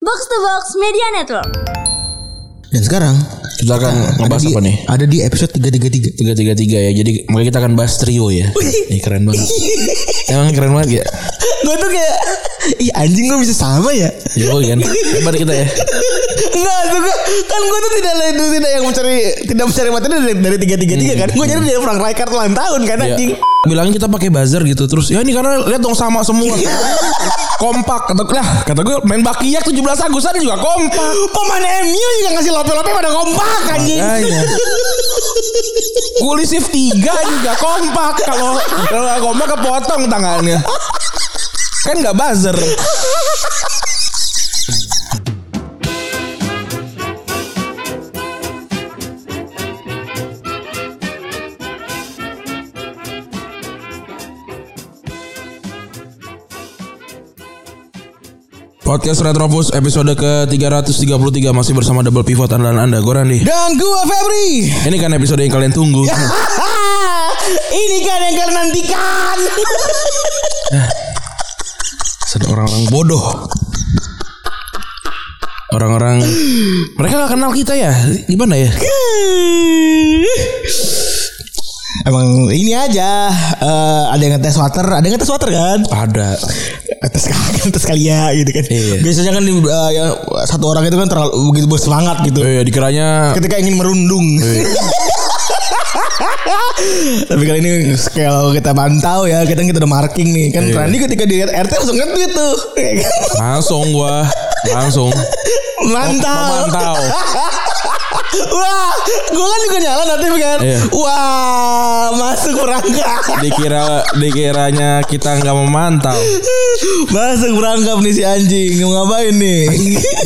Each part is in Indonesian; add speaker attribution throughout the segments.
Speaker 1: Box to Box Media Network.
Speaker 2: Dan sekarang
Speaker 3: Silakan ngebahas
Speaker 2: Nah, ada di,
Speaker 3: apa nih?
Speaker 2: Ada di episode 333.
Speaker 3: Tiga tiga tiga ya. Jadi makanya kita akan bahas trio ya. Ini keren banget. Emang keren banget ya.
Speaker 2: gue tuh kayak Ih anjing gue bisa sama ya
Speaker 3: Jokowi kan. Hebat kita ya.
Speaker 2: Enggak tuh gua- Kan gue tuh tidak tidak yang mencari Tidak mencari materi dari, dari 333 kan Gue jadi dari Frank Rijkaard ulang tahun kan
Speaker 3: Ya.
Speaker 2: anjing
Speaker 3: Bilangin kita pakai buzzer gitu terus. Ya ini karena lihat dong sama semua.
Speaker 2: Iya.
Speaker 3: kompak kata gue lah kata gue main bakiak 17 Agusan juga kompak.
Speaker 2: Pemain MU juga ngasih lope-lope pada kompak anjing
Speaker 3: Makanya. Kulisif tiga juga kompak kalau kalau nggak kompak kepotong tangannya. Kan nggak buzzer. Podcast Retropus episode ke-333 masih bersama Double Pivot andalan Anda, Goran nih.
Speaker 2: Dan gue Febri
Speaker 3: Ini kan episode yang kalian tunggu.
Speaker 2: Ya. Ini kan yang kalian nantikan
Speaker 3: Ada orang-orang bodoh. Orang-orang mereka gak kenal kita ya? Gimana ya?
Speaker 2: Emang ini aja eh, Ada yang ngetes water Ada yang ngetes water kan
Speaker 3: Ada.
Speaker 2: atas kalian atas kalian gitu kan
Speaker 3: Iya.
Speaker 2: biasanya kan di, eh, ya, satu orang itu kan terlalu begitu bersemangat gitu
Speaker 3: Eh, dikiranya
Speaker 2: ketika ingin merundung
Speaker 3: Iya.
Speaker 2: tapi kali ini kalau kita pantau ya kita kita udah marking nih kan
Speaker 3: Iya.
Speaker 2: Randy ketika dilihat RT langsung nge-tweet tuh ya kan?
Speaker 3: langsung gua langsung
Speaker 2: mantau
Speaker 3: memantau.
Speaker 2: wah gue kan juga nyala notif kan
Speaker 3: Iya.
Speaker 2: wah masuk perangkap
Speaker 3: Dikira dikiranya kita nggak memantau.
Speaker 2: masuk perangkap nih si anjing mau ngapain nih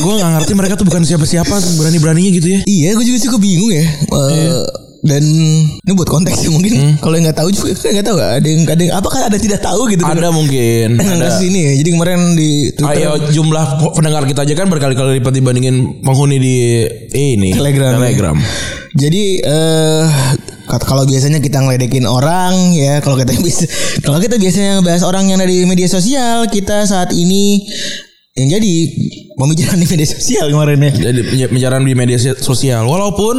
Speaker 3: Gua nggak ngerti mereka tuh bukan siapa-siapa berani-beraninya gitu ya.
Speaker 2: Iya, gue juga cukup bingung ya. Eh, Dan ini buat konteks ya mungkin. Kalau yang nggak tahu juga kan nggak tahu ada yang ada yang apa kan ada Oh, iya, tidak tahu gitu.
Speaker 3: Ada mungkin.
Speaker 2: Dengan
Speaker 3: Ada.
Speaker 2: kasus ini ya. Jadi kemarin di Twitter
Speaker 3: Ayo jumlah pendengar kita aja kan berkali-kali lipat dibandingin penghuni di ini
Speaker 2: Telegram. ya.
Speaker 3: Telegram.
Speaker 2: Jadi eh kat- kalau biasanya kita ngeledekin orang ya, kalau kita bisa kalau kita biasanya ngebahas orang yang ada di media sosial, kita saat ini yang jadi pembicaraan di media sosial kemarin ya.
Speaker 3: jadi penj- penjarahan di media si- sosial walaupun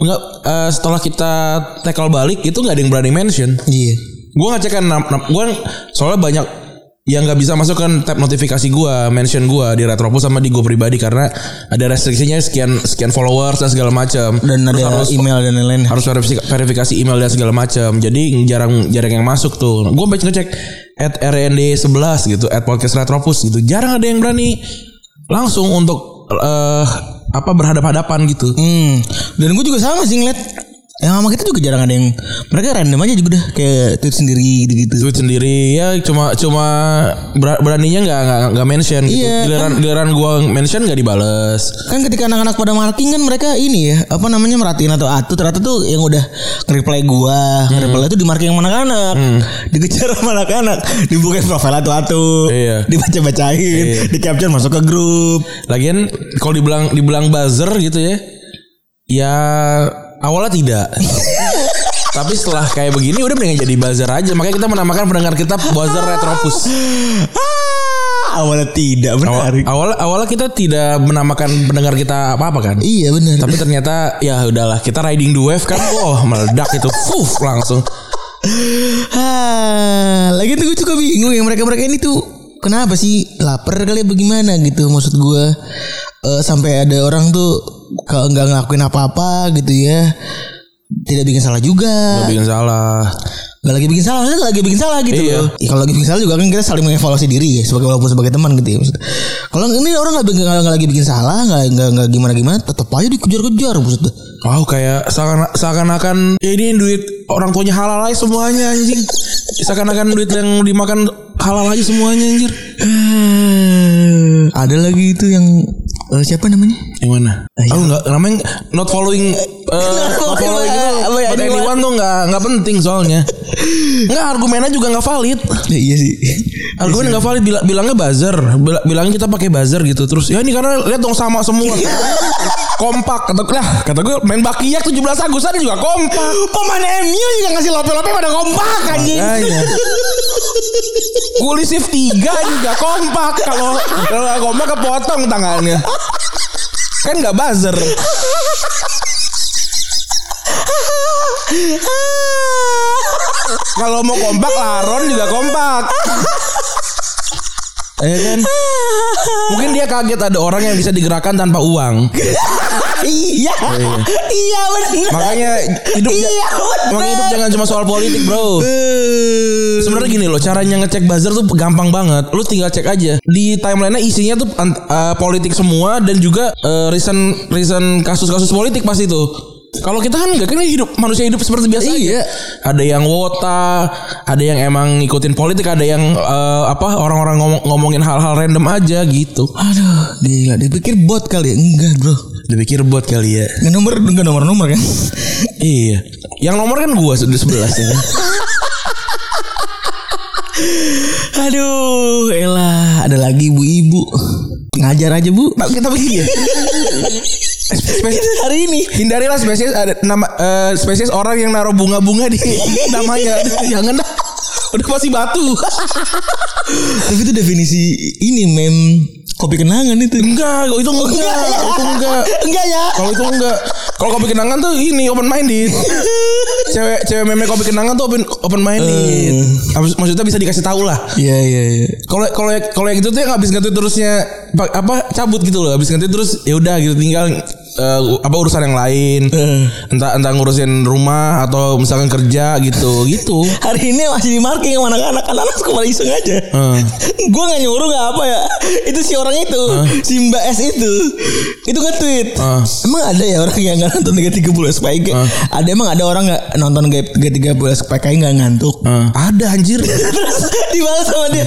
Speaker 3: nggak eh, setelah kita tackle balik itu nggak ada yang berani mention
Speaker 2: Iya.
Speaker 3: gue ngecek kan nam- nam- gua soalnya banyak yang nggak bisa masuk kan tab notifikasi gue mention gue di Retropus sama di gue pribadi karena ada restriksinya sekian sekian followers dan segala macam
Speaker 2: Dan
Speaker 3: Terus
Speaker 2: ada
Speaker 3: harus,
Speaker 2: email dan lain-lain.
Speaker 3: harus verifikasi, verifikasi email dan segala macam jadi jarang jarang yang masuk tuh gue baca ngecek at rnd 11 gitu at podcast Retropus gitu jarang ada yang berani langsung untuk eh apa berhadap-hadapan gitu
Speaker 2: Hmm. Dan gue juga sama sih ngeliat yang sama kita juga jarang ada yang mereka random aja juga udah kayak tweet sendiri gitu gitu.
Speaker 3: tweet sendiri ya cuma cuma ber- beraninya nggak nggak nggak mention gitu.
Speaker 2: Iya,
Speaker 3: giliran giliran gua mention nggak dibales
Speaker 2: Kan ketika anak-anak pada marking kan mereka ini ya apa namanya merhatiin atau atuh ternyata tuh yang udah reply gua,
Speaker 3: Hmm.
Speaker 2: reply itu di marking sama anak-anak, dikejar sama anak-anak, dibukain profil atuh atuh,
Speaker 3: Iya.
Speaker 2: dibaca-bacain, di capture masuk ke grup.
Speaker 3: lagian kalau dibilang dibilang buzzer gitu ya ya awalnya tidak tapi setelah kayak begini udah mendingan jadi buzzer aja makanya kita menamakan pendengar kita buzzer retropus
Speaker 2: Ah, awalnya tidak
Speaker 3: Awal,
Speaker 2: menarik.
Speaker 3: awal awalnya kita tidak menamakan pendengar kita apa apa kan
Speaker 2: Iya benar.
Speaker 3: tapi ternyata ya udahlah kita riding the wave kan wah meledak itu Fuh, langsung
Speaker 2: Hah, Ah, lagi tuh gue juga bingung ya mereka-mereka ini tuh kenapa sih lapar kali ya bagaimana gitu maksud gue eh, sampai ada orang tuh kalau nggak ngelakuin apa-apa gitu ya tidak bikin salah juga
Speaker 3: bikin salah
Speaker 2: nggak lagi bikin salah maksudnya nggak lagi bikin salah gitu
Speaker 3: Iya.
Speaker 2: loh ya, kalau lagi bikin salah juga kan kita saling mengevaluasi diri ya sebagai walaupun sebagai teman gitu ya maksudnya. kalau ini orang nggak bikin- nggak nggak lagi bikin salah nggak nggak nggak gimana gimana tetap aja dikejar-kejar maksudnya
Speaker 3: Wow kayak seakan- seakan-akan "Ya, ini duit orang tuanya halal aja semuanya anjing. Seakan-akan duit yang dimakan halal aja semuanya anjir.
Speaker 2: ada lagi itu yang eh, siapa namanya iya.
Speaker 3: Yang mana? Aku enggak namanya not following eh, not following itu
Speaker 2: Apa ya?
Speaker 3: buat anyone tuh nggak nggak penting soalnya. Nggak argumennya juga nggak valid.
Speaker 2: Ya, iya sih. Iya
Speaker 3: Argumen nggak valid bila, bilangnya buzzer, Bila- bilangnya kita pakai buzzer gitu. Terus ya ini karena lihat dong sama semua.
Speaker 2: Iya.
Speaker 3: kompak kata lah kata gue main bakiak 17 Agusan juga kompak.
Speaker 2: Pemain MU juga ngasih lope-lope pada kompak anjing.
Speaker 3: Makanya. Kulisif tiga juga kompak kalau kalau nggak kompak kepotong tangannya. Kan nggak buzzer. Kalau mau kompak Laron juga kompak. Ya kan? Mungkin dia kaget ada orang yang bisa digerakkan tanpa uang.
Speaker 2: iya. Iya benar.
Speaker 3: Oh, Makanya hidup ja-
Speaker 2: Iya benar.
Speaker 3: makanya hidup jangan cuma soal politik, Bro. Sebenarnya gini loh, caranya ngecek buzzer tuh gampang banget. Lu tinggal cek aja. Di timeline-nya isinya tuh ant- eh, politik semua dan juga eh, recent recent kasus-kasus politik pasti tuh. Kalau kita kan enggak kan hidup manusia hidup seperti biasa iya. Ada yang wota, ada yang emang ngikutin politik, ada yang eh, apa orang-orang ngomong- ngomongin hal-hal random aja gitu.
Speaker 2: Aduh, gila. Dipikir bot kali ya? Enggak, Bro.
Speaker 3: Dipikir buat kali ya.
Speaker 2: Enggak nomor enggak nomor-nomor kan?
Speaker 3: Iya. Yang nomor kan gua se- 11 ya kan.
Speaker 2: Aduh, elah, ada lagi Bu Ibu. Ngajar aja, Bu.
Speaker 3: Tapi tapi iya. Spesies,
Speaker 2: Hari ini
Speaker 3: hindarilah spesies ada nama eh, spesies orang yang naruh bunga-bunga di namanya. Jangan dah. Udah pasti batu.
Speaker 2: Tapi itu definisi ini mem kopi kenangan itu.
Speaker 3: Enggak, kalau itu enggak.
Speaker 2: Enggak, ya.
Speaker 3: Itu Oh, enggak.
Speaker 2: Enggak ya.
Speaker 3: Kalau itu enggak. Kalau kopi kenangan tuh ini open minded. Cewek cewek meme kopi kenangan tuh open open minded. Abis- Maksudnya bisa dikasih tahu lah.
Speaker 2: Iya iya iya.
Speaker 3: Kalau kalau kalau yang gitu tuh yang habis ngetweet terusnya pa- apa cabut gitu loh. Habis ngetweet terus ya udah gitu tinggal eh, apa urusan yang lain.
Speaker 2: Eh.
Speaker 3: Entah entah ngurusin rumah atau misalkan kerja gitu gitu.
Speaker 2: Hari ini masih di marking sama anak-anak Anak-anak suka pada iseng aja
Speaker 3: Eh.
Speaker 2: Gue gak nyuruh gak apa ya Itu si orang itu Si Mbak S itu Itu nge-tweet
Speaker 3: Ah.
Speaker 2: Emang ada ya orang yang gak nonton 330 SPG Ada emang ada orang gak nonton 330 SPG gak ngantuk
Speaker 3: Eh, ada anjir.
Speaker 2: Terus dibalas sama dia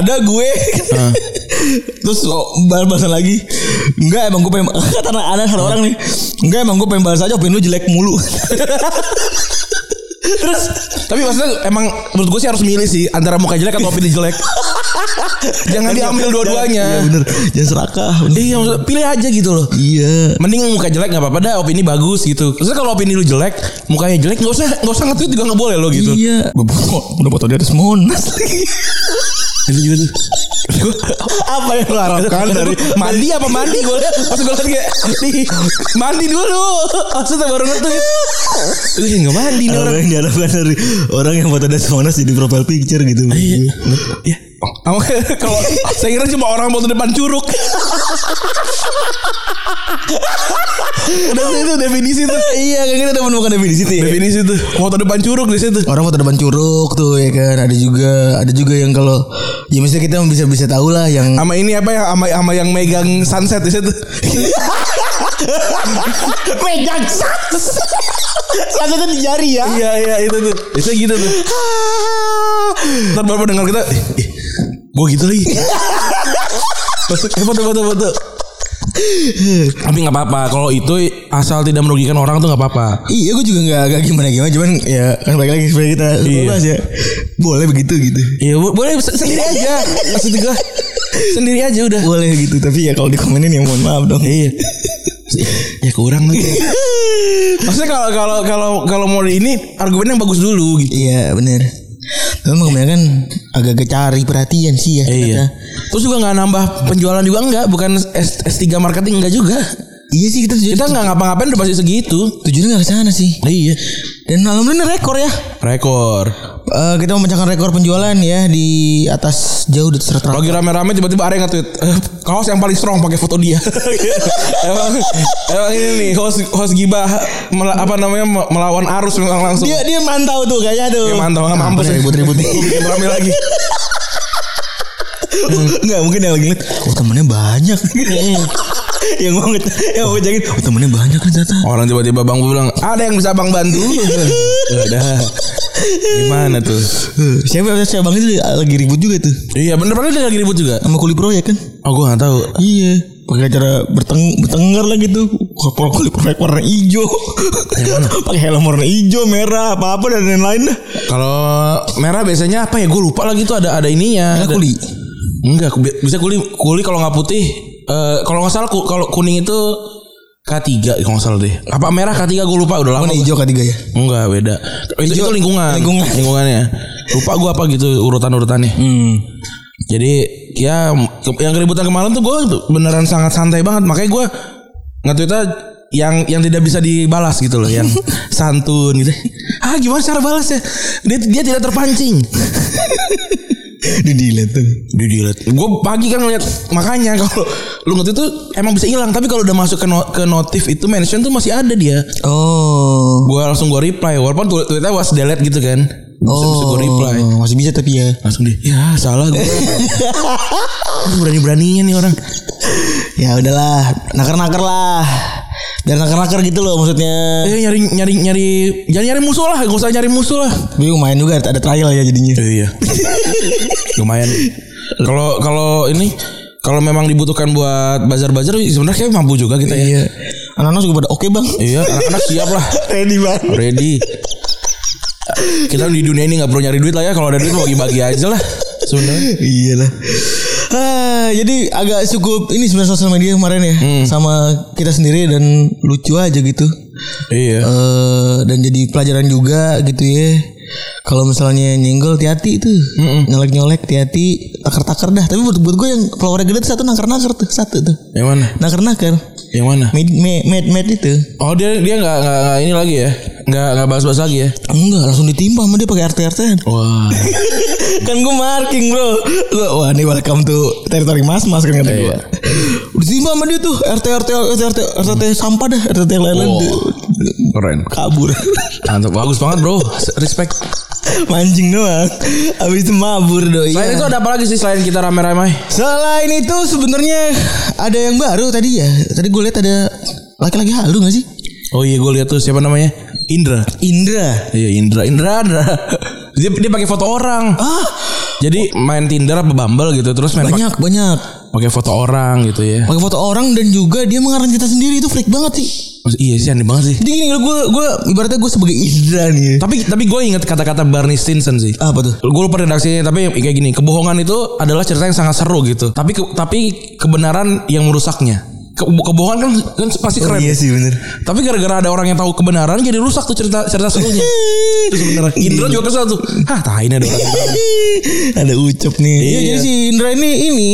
Speaker 2: Ada gue Terus oh, bal- balasan lagi Enggak emang gue pengen Kata anak anak ada orang nih Enggak emang gue pengen balas aja Opini lu jelek mulu Terus
Speaker 3: Tapi maksudnya emang menurut gue sih harus milih sih antara muka jelek atau opini jelek. Jangan diambil
Speaker 2: Iya
Speaker 3: dua-duanya.
Speaker 2: bener Jangan serakah bener.
Speaker 3: Iya maksudnya pilih aja gitu loh.
Speaker 2: Iya
Speaker 3: Mending muka jelek nggak apa-apa dah opini bagus gitu. Terus kalau opini lu jelek, mukanya jelek nggak usah nggak usah nge-tweet juga nggak boleh lo gitu.
Speaker 2: Iya Gue udah foto di atas monas lagi
Speaker 3: Itu juga tuh.
Speaker 2: Apa yang lu harapkan dari
Speaker 3: mandi apa mandi gue liat pas gue liat kan kayak di mandi dulu maksudnya baru ngetweet gue nggak mandi nih orang
Speaker 2: Orang yang diharapkan dari Orang yang foto di atas monas jadi profile picture gitu
Speaker 3: Iya. Ama- kalau saya kira cuma orang foto depan curug udah tuh, itu definisi tuh
Speaker 2: Iya kan kita udah menemukan definisi tuh ya.
Speaker 3: definisi tuh foto depan curug di situ
Speaker 2: orang foto depan curug tuh ya kan ada juga ada juga yang kalau ya misalnya kita bisa bisa tahu lah yang
Speaker 3: sama ini apa ya sama sama yang megang sunset di situ
Speaker 2: megang satu satu di jari ya
Speaker 3: iya iya itu tuh itu gitu tuh Ntar baru dengar kita eh, eh, Gue gitu lagi Masuk eh, foto foto foto Tapi gak apa-apa Kalau itu asal tidak merugikan orang tuh gak apa-apa
Speaker 2: iya gue juga nggak nggak gimana gimana cuman ya kan balik lagi sebenarnya kita
Speaker 3: Iya.
Speaker 2: bahas ya boleh begitu gitu
Speaker 3: Ya bo- boleh se- sendiri aja Maksud gue Sendiri aja udah
Speaker 2: boleh gitu tapi ya kalau dikomenin ya mohon maaf dong
Speaker 3: Iya Ya kurang lagi Maksudnya kalau kalau kalau kalau mau di ini argumen yang bagus dulu gitu.
Speaker 2: iya bener tapi emang kebanyakan agak-agak cari perhatian sih ya
Speaker 3: Eh,
Speaker 2: ternyata.
Speaker 3: iya. Terus juga nggak nambah penjualan juga enggak, bukan S, S3 marketing enggak juga.
Speaker 2: iya sih kita tujuan
Speaker 3: Kita nggak ngapa-ngapain udah pasti segitu.
Speaker 2: tujuannya nggak kesana sih
Speaker 3: Iya.
Speaker 2: dan alhamdulillah rekor ya
Speaker 3: Rekor.
Speaker 2: Eh, kita memecahkan rekor penjualan ya di atas jauh di atas rata-rata.
Speaker 3: Lagi rame-rame tiba-tiba ada yang nge-tweet "Eh, kaos yang paling strong pakai foto dia. emang emang ini nih host host gibah mela- apa namanya me- melawan arus memang langsung.
Speaker 2: Dia dia mantau tuh kayaknya tuh.
Speaker 3: Dia mantau ah, mampus
Speaker 2: Bener, ribut-ribut nih.
Speaker 3: Bikin rame lagi.
Speaker 2: Enggak mungkin yang lagi ngeliat Oh temennya banyak
Speaker 3: Iya.
Speaker 2: Yang mau nge- Yang mau ngejagain Oh temennya banyak nih ternyata
Speaker 3: Orang tiba-tiba Bang Bu bilang, "Ada yang bisa Bang bantu?" Udah. Gimana tuh?
Speaker 2: Eh, Siapa siapa bang itu lagi ribut juga tuh
Speaker 3: Iya bener bener dia lagi ribut juga.
Speaker 2: Sama kuli proyek kan
Speaker 3: Oh gue gak tahu.
Speaker 2: Iya pakai cara berteng bertengger lah gitu kulit perfect warna hijau pakai helm warna hijau merah apa apa dan lain-lain dah
Speaker 3: Kalau merah biasanya apa ya? Gue lupa lagi tuh ada ada ininya.
Speaker 2: Merah
Speaker 3: Ada-
Speaker 2: kuli.
Speaker 3: Enggak, bi- bisa kuli kuli kalau nggak putih. eh kalau nggak salah ku- kalau kuning itu K3 kalau nggak salah deh. Apa merah K3 gue lupa udah lama.
Speaker 2: warna hijau ketiga ya
Speaker 3: Enggak, beda. Itu, itu lingkungan.
Speaker 2: lingkungan.
Speaker 3: Lingkungannya. Lupa gue apa gitu urutan-urutannya. Hmm. Jadi ya ke- yang keributan kemarin tuh gue beneran sangat santai banget. Makanya gue nge-tweetnya yang yang tidak bisa dibalas gitu loh, yang santun gitu. Ah gimana cara balasnya? Dia dia tidak terpancing.
Speaker 2: di delete tuh
Speaker 3: Di delete. Gue pagi kan ngeliat makanya kalau lu nge tuh emang bisa hilang. Tapi kalau udah masuk ke, no- ke notif itu mention tuh masih ada dia.
Speaker 2: oh
Speaker 3: Gue langsung gue reply. Walaupun tweet- tweetnya was delete gitu kan. Bisa, bisa gue reply.
Speaker 2: Oh. masih bisa tapi ya
Speaker 3: Langsung dia Ya salah gue Berani-beraninya nih orang
Speaker 2: ya udahlah naker-naker lah biar naker-naker gitu loh maksudnya
Speaker 3: Eh nyari nyari nyari jangan nyari musuh lah, gak usah nyari musuh lah.
Speaker 2: bingung main juga ada trial ya jadinya
Speaker 3: iya. Lumayan. Kalau kalau ini kalau memang dibutuhkan buat bazar-bazar sebenarnya kayak mampu juga kita ya.
Speaker 2: iya anak-anak juga pada oke bang
Speaker 3: Iya, anak-anak siap lah.
Speaker 2: ready bang
Speaker 3: Ready. Kita di dunia ini nggak perlu nyari duit lah ya. Kalau ada duit bagi-bagi aja lah. Sebenarnya.
Speaker 2: Iya lah. Ah, jadi agak cukup ini sebenarnya sosial media kemarin ya
Speaker 3: Hmm.
Speaker 2: sama kita sendiri dan lucu aja gitu.
Speaker 3: Iya.
Speaker 2: Eh dan jadi pelajaran juga gitu ya. Kalau misalnya nyenggol hati-hati tuh. Nyolek-nyolek hati-hati, taker-taker dah. Tapi buat, buat gue yang follower gede tuh satu naker-naker tuh, satu tuh.
Speaker 3: Yang mana?
Speaker 2: Naker-naker.
Speaker 3: Yang mana?
Speaker 2: Med med med, med itu.
Speaker 3: Oh dia dia nggak nggak nggak ini lagi ya? Nggak nggak bahas-bahas lagi ya?
Speaker 2: Enggak, langsung ditimpa sama dia pakai RT-RT.
Speaker 3: Wah.
Speaker 2: kan gue marking bro Gua, wah ini welcome to teritori mas mas kan kata gue udah sih sama dia tuh rt rt rt rt RT sampah dah rt yang lain lain
Speaker 3: Oh. Keren.
Speaker 2: kabur
Speaker 3: Mantap. Bagus banget bro. Respect.
Speaker 2: mancing doang abis itu mabur doi Iya.
Speaker 3: Selain Nah, itu ada apa lagi sih selain kita rame-rame?
Speaker 2: selain itu sebenarnya ada yang baru tadi ya tadi gue lihat ada laki-laki halu gak sih
Speaker 3: Oh iya gue lihat tuh siapa namanya Indra.
Speaker 2: Indra
Speaker 3: Iya Indra Indra Indra. Dia dia pakai foto orang.
Speaker 2: ah
Speaker 3: Jadi main Tinder apa Bumble gitu terus main
Speaker 2: banyak banyak
Speaker 3: pakai foto orang gitu ya.
Speaker 2: pakai foto orang dan juga dia mengarang cerita sendiri itu freak banget sih
Speaker 3: Maksud- iya sih aneh banget sih.
Speaker 2: jadi gini gue gue ibaratnya gue sebagai Indra nih
Speaker 3: Tapi tapi gue inget kata-kata Barney Stinson sih.
Speaker 2: apa tuh
Speaker 3: Gue lupa redaksinya tapi kayak gini kebohongan itu adalah cerita yang sangat seru gitu. Tapi ke- tapi kebenaran yang merusaknya. Ke- kebohongan kan kan pasti keren.
Speaker 2: iya sih bener
Speaker 3: Tapi gara-gara ada orang yang tahu kebenaran jadi rusak tuh cerita cerita serunya. Itu sebenarnya Indra juga kesel tuh. Hah, tahin ada orang.
Speaker 2: ada ucap nih. Iya,
Speaker 3: Iya.
Speaker 2: jadi si Indra ini ini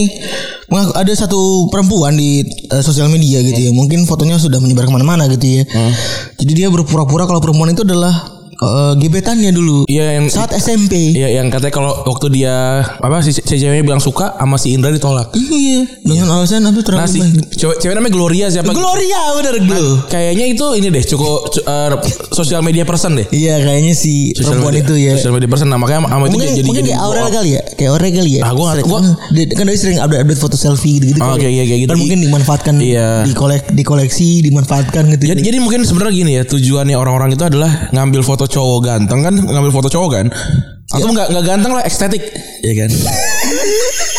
Speaker 2: mengaku- ada satu perempuan di eh, sosial media gitu ya. Mungkin fotonya sudah menyebar kemana-mana gitu ya.
Speaker 3: Hmm.
Speaker 2: Jadi dia berpura-pura kalau perempuan itu adalah eh, gebetannya dulu
Speaker 3: Iya yang
Speaker 2: saat SMP.
Speaker 3: Iya yang katanya kalau waktu dia apa si, si ceweknya bilang suka sama si Indra ditolak.
Speaker 2: Iya, dengan alasan apa terlalu
Speaker 3: Nah si
Speaker 2: baik.
Speaker 3: cewek, cewek namanya Gloria siapa?
Speaker 2: Gloria bener Glo.
Speaker 3: Kayaknya itu ini deh cukup cu- eh, sosial media person deh.
Speaker 2: Iya, kayaknya si
Speaker 3: Sosial
Speaker 2: perempuan
Speaker 3: media-
Speaker 2: itu ya.
Speaker 3: Sosial media person nah, makanya sama itu
Speaker 2: Mungkin,
Speaker 3: dia jadi
Speaker 2: mungkin
Speaker 3: jadi
Speaker 2: kayak Aurel kali ya Kayak Aurel kali ya
Speaker 3: Ah, gua nggak-
Speaker 2: Sering-
Speaker 3: gua-
Speaker 2: Dia- Kan dia sering update-update foto selfie gitu-gitu
Speaker 3: Ah,
Speaker 2: kan.
Speaker 3: kayak- kayak gitu.
Speaker 2: Dan mungkin dimanfaatkan
Speaker 3: Iya.
Speaker 2: di, kolek, di koleksi Dimanfaatkan gitu
Speaker 3: Jadi, jadi mungkin sebenarnya gini ya tujuannya orang-orang itu adalah ngambil foto cowok ganteng kan ngambil foto cowok kan
Speaker 2: Iya.
Speaker 3: atau nggak nggak ganteng lah estetik ya kan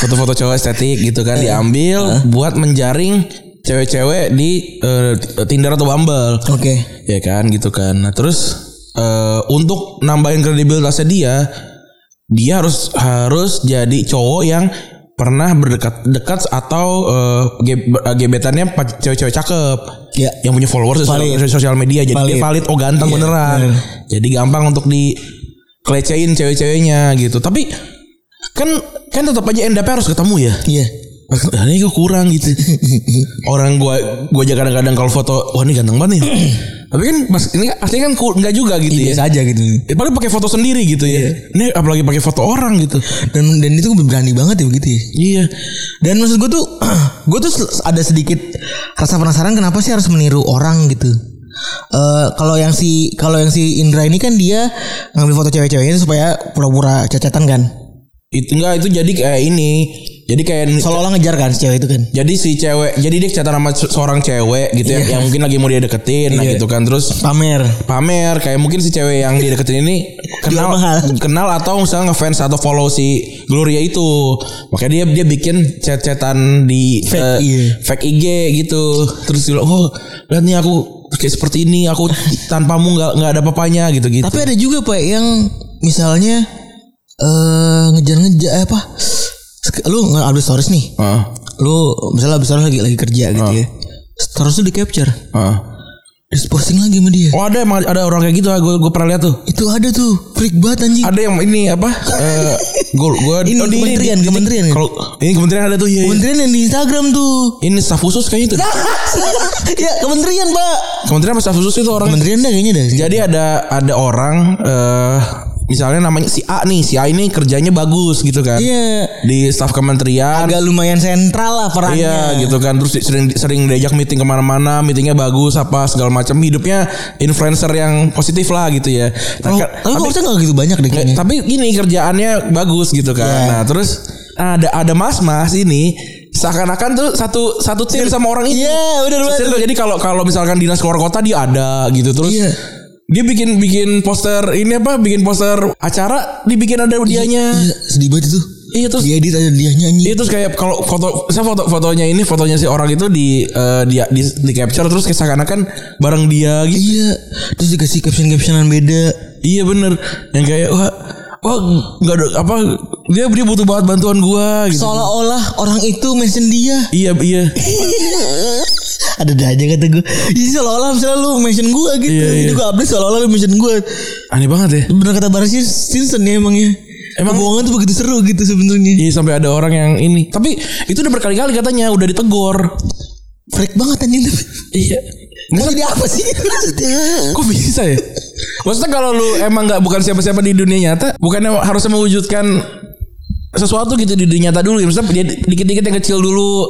Speaker 3: foto-foto cowok estetik gitu kan
Speaker 2: Iya.
Speaker 3: diambil buat menjaring cewek-cewek di eh, Tinder atau Bumble
Speaker 2: Oke
Speaker 3: ya kan gitu kan nah terus eh, untuk nambahin kredibilitasnya dia dia harus harus jadi cowok yang pernah berdekat dekat atau eh, ge- eh, gebetannya pa- cewek-cewek cakep
Speaker 2: Ya.
Speaker 3: yang punya followers sosial,
Speaker 2: Valid.
Speaker 3: sosial media jadi
Speaker 2: Valid.
Speaker 3: dia valid oh ganteng beneran jadi gampang untuk di kelecehin cewek-ceweknya gitu tapi kan kan tetap aja endapnya harus ketemu ya
Speaker 2: Iya.
Speaker 3: Ah, ini kok kurang gitu orang gua gua aja kadang-kadang kalau foto wah ini ganteng banget nih tapi kan pas ini kan- aslinya kan ku- nggak juga gitu ya
Speaker 2: Biasa aja gitu.
Speaker 3: Eh, paling pakai foto sendiri gitu ya ini apalagi pakai foto orang gitu
Speaker 2: Dan dan itu berani banget ya begitu ya.
Speaker 3: iya
Speaker 2: Dan maksud gue tuh gue tuh sel- ada sedikit rasa penasaran kenapa sih harus meniru orang gitu. Eh kalau yang si kalau yang si Indra ini kan dia ngambil foto cewek-ceweknya supaya pura-pura cacatan kan.
Speaker 3: itu enggak itu jadi kayak ini Jadi kayak
Speaker 2: Seolah-olah ngejar kan si cewek itu kan.
Speaker 3: jadi si cewek, jadi dia cerita sama se- seorang cewek gitu ya, yang mungkin lagi mau dia deketin, nah
Speaker 2: Iya.
Speaker 3: gitu kan. Terus
Speaker 2: Pamer.
Speaker 3: pamer kayak mungkin si cewek yang dia deketin ini kenal
Speaker 2: Jual mahal.
Speaker 3: kenal atau misalnya ngefans atau follow si Gloria itu. Makanya dia dia bikin chat-chatan di
Speaker 2: Fake,
Speaker 3: eh,
Speaker 2: iya.
Speaker 3: fake IG gitu. Terus dia bilang, "Oh, lihat nih aku kayak seperti ini, aku tanpamu nggak nggak ada papanya gitu-gitu."
Speaker 2: Tapi ada juga pak yang misalnya eh ngejar-ngejar eh, apa? Sek- Lu nge-update stories nih.
Speaker 3: Heeh.
Speaker 2: Lu misalnya update stories lagi lagi kerja
Speaker 3: Oh.
Speaker 2: gitu ya. Terus tuh di capture,
Speaker 3: Heeh.
Speaker 2: terus posting lagi sama dia.
Speaker 3: ah. Oh ada emang ada orang kayak gitu gue gue pernah lihat tuh.
Speaker 2: Itu ada tuh, freak banget anjing.
Speaker 3: Ada oh, yang ini apa? Eh gue gue
Speaker 2: Ini kementerian, kementerian.
Speaker 3: Kalau ini kementerian ada tuh iya. iya.
Speaker 2: Kementerian yang di Instagram tuh.
Speaker 3: Ini staf khusus kayaknya itu.
Speaker 2: ya kementerian pak.
Speaker 3: Kementerian apa staf khusus itu orang.
Speaker 2: Kementerian dah kayaknya dah.
Speaker 3: Jadi ada ada orang eh misalnya namanya si A nih, si A ini kerjanya bagus gitu kan.
Speaker 2: Iya.
Speaker 3: Di staf kementerian.
Speaker 2: Agak lumayan sentral lah perannya.
Speaker 3: Iya gitu kan terus di- sering sering diajak meeting kemana-mana meetingnya bagus apa segala macam hidupnya influencer yang positif lah gitu ya. Nah,
Speaker 2: Oh,
Speaker 3: kan-
Speaker 2: tapi kok harusnya gak gitu banyak deh
Speaker 3: Nggak,
Speaker 2: kayaknya.
Speaker 3: tapi gini kerjaannya bagus gitu kan.
Speaker 2: Iya.
Speaker 3: Nah, terus ada ada mas-mas ini seakan-akan tuh satu satu tim sama orang itu.
Speaker 2: Iya, bener banget.
Speaker 3: Sesir- Jadi kalau kalau misalkan dinas keluar kota dia ada gitu terus.
Speaker 2: Iya.
Speaker 3: Dia bikin bikin poster ini apa? Bikin poster acara dibikin ada dianya.
Speaker 2: Iya, sedih banget itu.
Speaker 3: Iya terus
Speaker 2: Dia edit aja dia nyanyi.
Speaker 3: Iya terus kayak kalau foto saya foto fotonya ini fotonya si orang itu di eh, dia di, di capture terus kayak seakan-akan bareng dia gitu.
Speaker 2: Iya, terus dikasih caption-captionan beda.
Speaker 3: Iya bener Yang kayak wah Wah nggak ada apa dia dia butuh banget bantuan gua gitu.
Speaker 2: Seolah-olah orang itu mention dia.
Speaker 3: Iya iya
Speaker 2: Ada dah aja kata gue. Jadi Iya, seolah-olah misalnya lu mention gue gitu.
Speaker 3: Iya, iya.
Speaker 2: Jadi gue update seolah-olah lu mention gue.
Speaker 3: aneh banget ya.
Speaker 2: Bener kata Baris Simpson ya emangnya.
Speaker 3: Emang-
Speaker 2: Bohongan tuh begitu seru gitu sebenarnya.
Speaker 3: Iya sampai ada orang yang ini. Tapi itu udah berkali-kali katanya udah ditegor.
Speaker 2: Freak banget anjing tapi.
Speaker 3: Iya.
Speaker 2: Mau jadi apa sih maksudnya?
Speaker 3: Kok bisa ya? Maksudnya kalau lu emang nggak bukan siapa-siapa di dunia nyata, bukannya harusnya mewujudkan sesuatu gitu di dunia nyata dulu ya. Maksudnya dia dikit-dikit yang kecil dulu.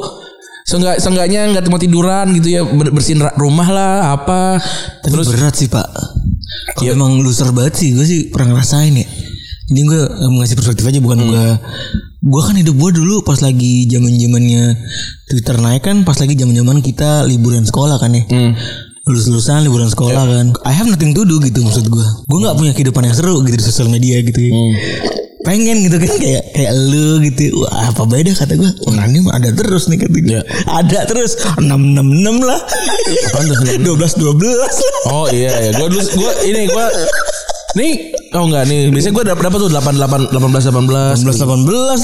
Speaker 3: Seenggak, seenggaknya nggak cuma tiduran gitu ya ber- bersihin ra- rumah lah apa
Speaker 2: Tapi
Speaker 3: terus
Speaker 2: berat sih pak. Kalau
Speaker 3: Iya.
Speaker 2: emang loser banget sih gue sih pernah ngerasain ya. Ini gue eh, ngasih perspektif aja
Speaker 3: Hmm.
Speaker 2: bukan gue. Gue kan hidup gue dulu pas lagi zaman zamannya Twitter naik kan pas lagi zaman zaman kita liburan sekolah kan ya.
Speaker 3: Hmm.
Speaker 2: Lulus lulusan liburan sekolah
Speaker 3: Iya.
Speaker 2: kan. I have nothing to do gitu maksud gue. Gue nggak punya kehidupan yang seru gitu di sosial media gitu. ya.
Speaker 3: Hmm.
Speaker 2: Pengen gitu kan kayak kayak lu gitu. Wah apa beda kata gue. Orang ini mah ada terus nih kata gue.
Speaker 3: Iya.
Speaker 2: Ada terus 666 lah. 12 12 lah.
Speaker 3: Oh iya ya. Gua dulu gua ini gua nih oh enggak nih. Biasanya gua dapat dapat tuh 88 18 18.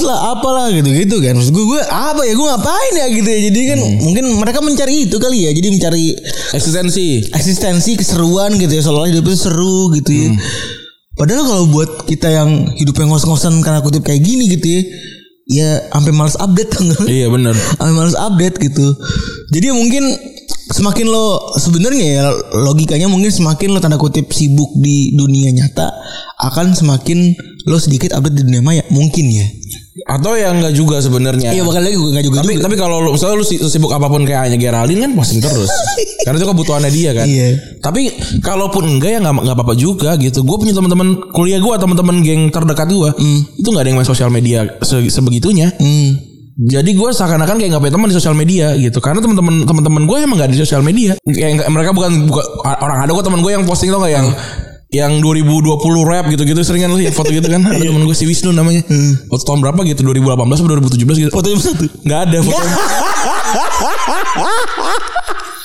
Speaker 2: 18 18 lah apalah gitu-gitu kan maksud gue gue apa ya gue ngapain ya gitu ya jadi kan mungkin mereka mencari itu kali ya jadi mencari
Speaker 3: Eksistensi.
Speaker 2: eksistensi keseruan gitu ya seolah hidup itu seru gitu ya padahal kalau buat kita yang hidupnya ngos-ngosan karena kutip kayak gini gitu ya ya sampai males update tau nggak?
Speaker 3: Iya benar.
Speaker 2: Sampai males update gitu. Jadi mungkin semakin lo sebenarnya ya logikanya mungkin semakin lo tanda kutip sibuk di dunia nyata akan semakin lo sedikit update di dunia maya mungkin ya.
Speaker 3: Atau yang enggak juga sebenarnya.
Speaker 2: Iya bakal lagi gue nggak juga.
Speaker 3: tapi
Speaker 2: juga.
Speaker 3: tapi kalau lu misalnya lu si- sibuk apapun kayak hanya Geraldine kan posting terus. Karena itu kebutuhannya dia kan.
Speaker 2: Iya.
Speaker 3: Tapi kalaupun enggak ya enggak enggak apa-apa juga gitu. Gue punya teman-teman kuliah gua teman-teman geng terdekat gua itu enggak ada yang main sosial media se- sebegitunya.
Speaker 2: Hmm.
Speaker 3: Jadi gue seakan-akan kayak gak punya teman di sosial media gitu Karena teman-teman teman-teman gue emang gak di sosial media Kayak nggak- mereka bukan, bukan- orang ada kok teman gue yang posting tau gak yang yang 2020 rap gitu-gitu seringan lu yang foto gitu kan ada temen gue si Wisnu namanya foto tahun berapa gitu 2018 atau 2017 gitu
Speaker 2: Foto yang satu.
Speaker 3: nggak ada foto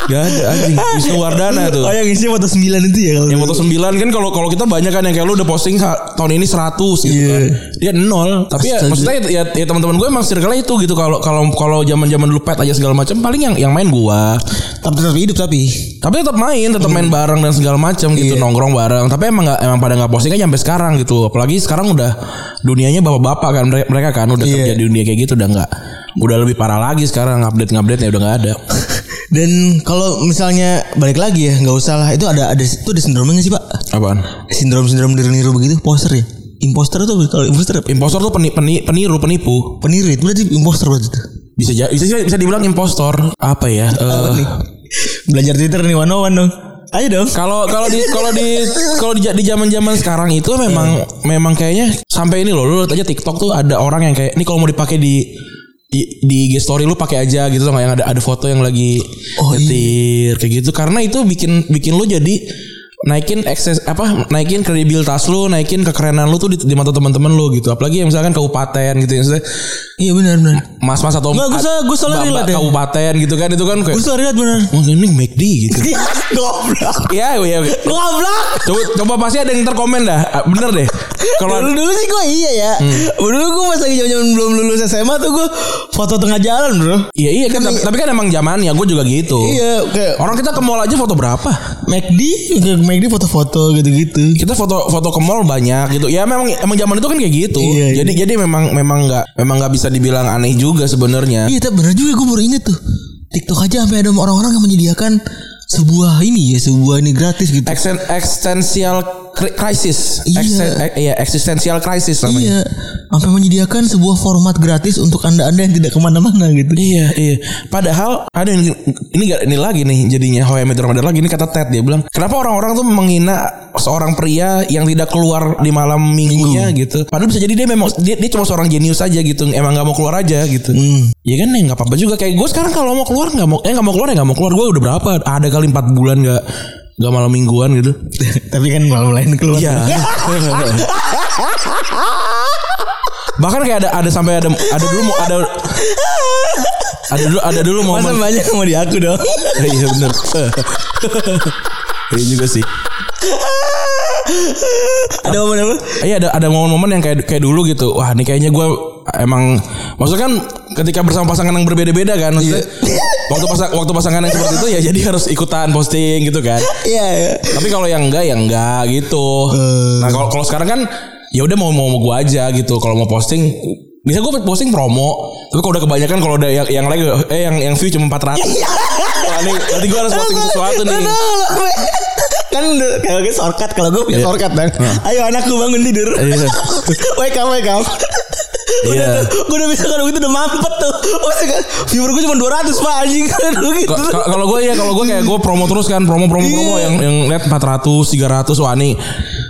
Speaker 3: nggak ada anjing Wisnu Wardana tuh
Speaker 2: Oh yang isinya foto 9 itu ya kalau.
Speaker 3: yang foto 9 kan kalau kalau kita banyak kan yang kayak lu udah posting ha- tahun ini 100 gitu
Speaker 2: Iya.
Speaker 3: kan. Dia nol. Tapi ya
Speaker 2: Astaga.
Speaker 3: maksudnya ya, ya, ya teman-teman gue emang circle itu gitu kalau kalau kalau zaman-zaman dulu pet aja segala macam paling yang yang main gua.
Speaker 2: Tapi tetap hidup tapi.
Speaker 3: Tapi tetap main, tetap main bareng dan segala macam gitu,
Speaker 2: Iya.
Speaker 3: nongkrong bareng. Tapi emang nggak emang pada nggak posting aja sampai sekarang gitu. Apalagi sekarang udah dunianya bapak-bapak kan mereka, mereka kan udah
Speaker 2: Iya.
Speaker 3: kerja di dunia kayak gitu udah nggak udah lebih parah lagi sekarang update update nya udah nggak ada.
Speaker 2: Dan kalau misalnya balik lagi ya nggak usah lah itu ada ada itu ada sindromnya sih pak.
Speaker 3: Apaan?
Speaker 2: Sindrom sindrom diriru begitu poster ya. Imposter tuh kalau imposter apa?
Speaker 3: Impostor tuh peni- peni- peniru penipu.
Speaker 2: Peniru ya? itu berarti imposter berarti itu.
Speaker 3: bisa ja- bisa bisa dibilang impostor apa ya eh,
Speaker 2: Belajar Twitter nih one one dong. Ayo dong.
Speaker 3: kalau kalau di kalau di kalau di di zaman zaman sekarang itu memang memang kayaknya sampai ini loh lu lihat aja TikTok tuh ada orang yang kayak ini kalau mau dipakai di di, di IG story lu pakai aja gitu tuh yang ada ada foto yang lagi
Speaker 2: Oh, iya.
Speaker 3: nyetir kayak gitu karena itu bikin bikin lu jadi naikin ekses apa naikin kredibilitas lu naikin kekerenan lu tuh di, di mata teman-teman lu gitu apalagi yang misalkan kabupaten gitu ya maksudnya
Speaker 2: Iya benar benar.
Speaker 3: mas-mas atau
Speaker 2: Nggak, gua soal- gua soalnya
Speaker 3: mbak-mbak
Speaker 2: relate ya.
Speaker 3: kabupaten gitu kan itu kan kayak
Speaker 2: Gue sorry liat benar.
Speaker 3: "Wah, ini McD gitu
Speaker 2: Goblok.
Speaker 3: Iya, iya. iya.
Speaker 2: Goblok.
Speaker 3: Coba, coba pasti ada yang terkomen dah. Ah, Bener deh. Kalau
Speaker 2: Dulu dulu sih gue iya ya.
Speaker 3: Hmm.
Speaker 2: Dulu gue pas lagi zaman belum lulus SMA tuh gue foto tengah jalan bro.
Speaker 3: iya iya kan tapi, tapi kan emang zamannya gue juga gitu.
Speaker 2: Iya kayak
Speaker 3: Orang kita ke mall aja foto berapa?
Speaker 2: McD, kayak McD foto-foto gitu-gitu.
Speaker 3: Kita foto foto ke mall banyak gitu. Ya memang emang zaman itu kan kayak gitu.
Speaker 2: Iya, iya.
Speaker 3: jadi jadi memang memang nggak memang nggak bisa dibilang aneh juga sebenarnya.
Speaker 2: Iya, tapi bener juga gue baru inget tuh. TikTok aja sampai ada orang-orang yang menyediakan sebuah ini ya, sebuah ini gratis gitu.
Speaker 3: Existen, existential cri- crisis.
Speaker 2: Iya.
Speaker 3: Existen- eh, iya, existential crisis namanya.
Speaker 2: Iya, sampai menyediakan sebuah format gratis untuk anda-anda yang tidak kemana-mana gitu.
Speaker 3: Iya, iya. Padahal ada yang ini gak ini lagi nih jadinya How I Met Your Mother lagi ini kata Ted dia bilang, "Kenapa orang-orang tuh menghina seorang pria yang tidak keluar di malam minggunya gitu?" Padahal bisa jadi dia memang dia, dia cuma seorang jenius aja gitu, emang nggak mau keluar aja gitu. Iya kan ya nggak apa-apa juga kayak gue sekarang kalau mau keluar nggak mau eh nggak mau keluar ya nggak mau keluar gue udah berapa ada kali 4 bulan nggak nggak malam mingguan gitu.
Speaker 2: tapi kan malam lain keluar.
Speaker 3: Iya. Bahkan kayak ada ada sampai ada ada dulu mau ada ada dulu ada dulu momen
Speaker 2: Masa banyak mau di aku dong.
Speaker 3: Ya, iya benar. Iya juga sih.
Speaker 2: ada momen apa?
Speaker 3: Iya ada ada momen-momen yang kayak kayak dulu gitu. Wah ini kayaknya gue emang maksudnya kan ketika bersama pasangan yang berbeda-beda kan. Maksudnya,
Speaker 2: Iya.
Speaker 3: waktu pasang waktu pasangan yang seperti itu ya jadi harus ikutan posting gitu kan.
Speaker 2: Iya, iya.
Speaker 3: Tapi kalau yang enggak ya enggak gitu. Nah kalau kalau sekarang kan ya udah mau mau gue aja gitu. Kalau mau posting bisa gue posting promo. Tapi kalau udah kebanyakan kalau udah yang yang lagi eh yang yang view cuma 400. Wah, nih, nanti gue harus posting sesuatu nih.
Speaker 2: Aduh, lu apa? kan udah- kalau gue shortcut kalau gue punya shortcut kan. Ayo anakku bangun tidur.
Speaker 3: Iya.
Speaker 2: wake up, wake up. Udah
Speaker 3: Iya.
Speaker 2: tuh, gue udah bisa kalau gitu udah mampet tuh. Maksudnya kan, viewer gue cuma 200 pak anjing Aduh, gitu.
Speaker 3: Ka- ka- kalau gue ya kalau gue kayak gue promo terus kan promo promo promo yang yang net 400 300 wah nih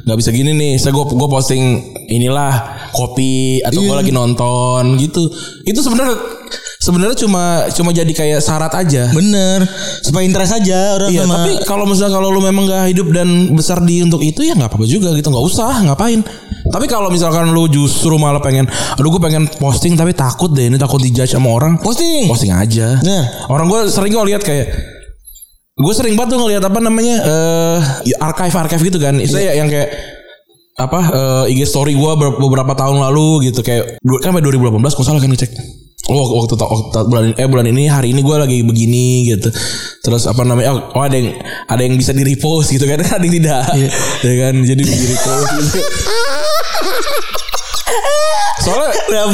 Speaker 3: nggak bisa gini nih saya gue gue posting inilah kopi atau gue lagi nonton gitu itu sebenarnya sebenarnya cuma cuma jadi kayak syarat aja
Speaker 2: Bener, supaya interest aja orang
Speaker 3: Iya,
Speaker 2: sama.
Speaker 3: tapi kalau misalnya kalau lu memang gak hidup dan besar di untuk itu ya nggak apa-apa juga gitu, nggak usah ngapain. Tapi kalau misalkan lu justru malah pengen, aduh gue pengen posting tapi takut deh ini takut dijudge sama orang.
Speaker 2: Posting.
Speaker 3: Posting aja.
Speaker 2: Nah.
Speaker 3: Orang gue sering gue lihat kayak gue sering banget tuh ngelihat apa namanya eh ya archive archive gitu kan. Itu
Speaker 2: Iya.
Speaker 3: ya yang kayak apa eh, IG story gue beberapa tahun lalu gitu kayak du- kan sampai 2018 kalau salah kan ngecek. Oh waktu, ta- waktu ta- bulan eh bulan ini hari ini gue lagi begini gitu. Terus apa namanya? Oh, oh, ada yang ada yang bisa di repost gitu kan? Ada yang tidak. ya kan? Jadi di repost gitu. Soalnya
Speaker 2: Kenapa?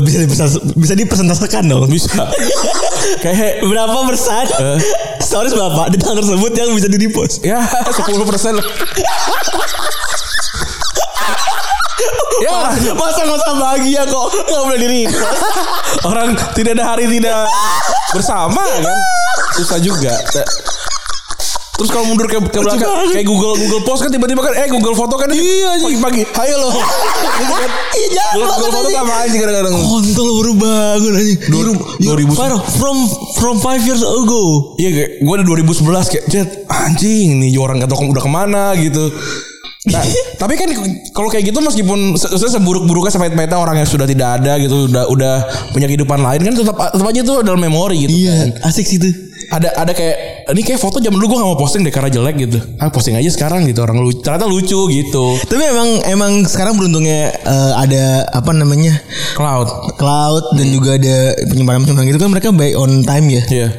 Speaker 2: bisa dipersen- bisa dipersentasekan dong.
Speaker 3: bisa Eh. kayak
Speaker 2: Berapa persen stories bapak di tanggal tersebut yang bisa di repost?
Speaker 3: Ya 10 persen Ya orang,
Speaker 2: Masa-masa bahagia Iya kok nggak boleh di repost.
Speaker 3: orang tidak ada hari tidak bersama kan susah juga. Terus kalau mundur ke, ke belakang
Speaker 2: banget.
Speaker 3: kayak Google Google Post kan tiba-tiba kan eh Google Foto kan iya pagi-pagi. Ayo loh. Gitu kan.
Speaker 2: Iya, jangan
Speaker 3: Google,
Speaker 2: banget
Speaker 3: Google Foto
Speaker 2: anjing.
Speaker 3: kan apaan sih kadang-kadang.
Speaker 2: Kontol baru bangun anjing.
Speaker 3: Dua-
Speaker 2: Di rum-
Speaker 3: 2000.
Speaker 2: Far- from from 5 years ago.
Speaker 3: Iya kayak gue ada 2011 kayak Jet anjing nih orang gak tau udah kemana gitu Nah, tapi kan kalau kayak gitu meskipun se se- seburuk-buruknya sampai pahitnya orang yang sudah tidak ada gitu udah udah punya kehidupan lain kan tetap tetap aja itu dalam memori gitu.
Speaker 2: Iya, asik sih itu.
Speaker 3: Ada ada kayak ini kayak foto zaman dulu gue gak mau posting deh karena jelek gitu. Ah posting aja sekarang gitu orang lucu ternyata lucu gitu.
Speaker 2: Tapi emang emang sekarang beruntungnya eh, ada apa namanya?
Speaker 3: Cloud.
Speaker 2: cloud dan juga ada penyimpanan penyimpanan gitu kan mereka by on time ya.
Speaker 3: Iya.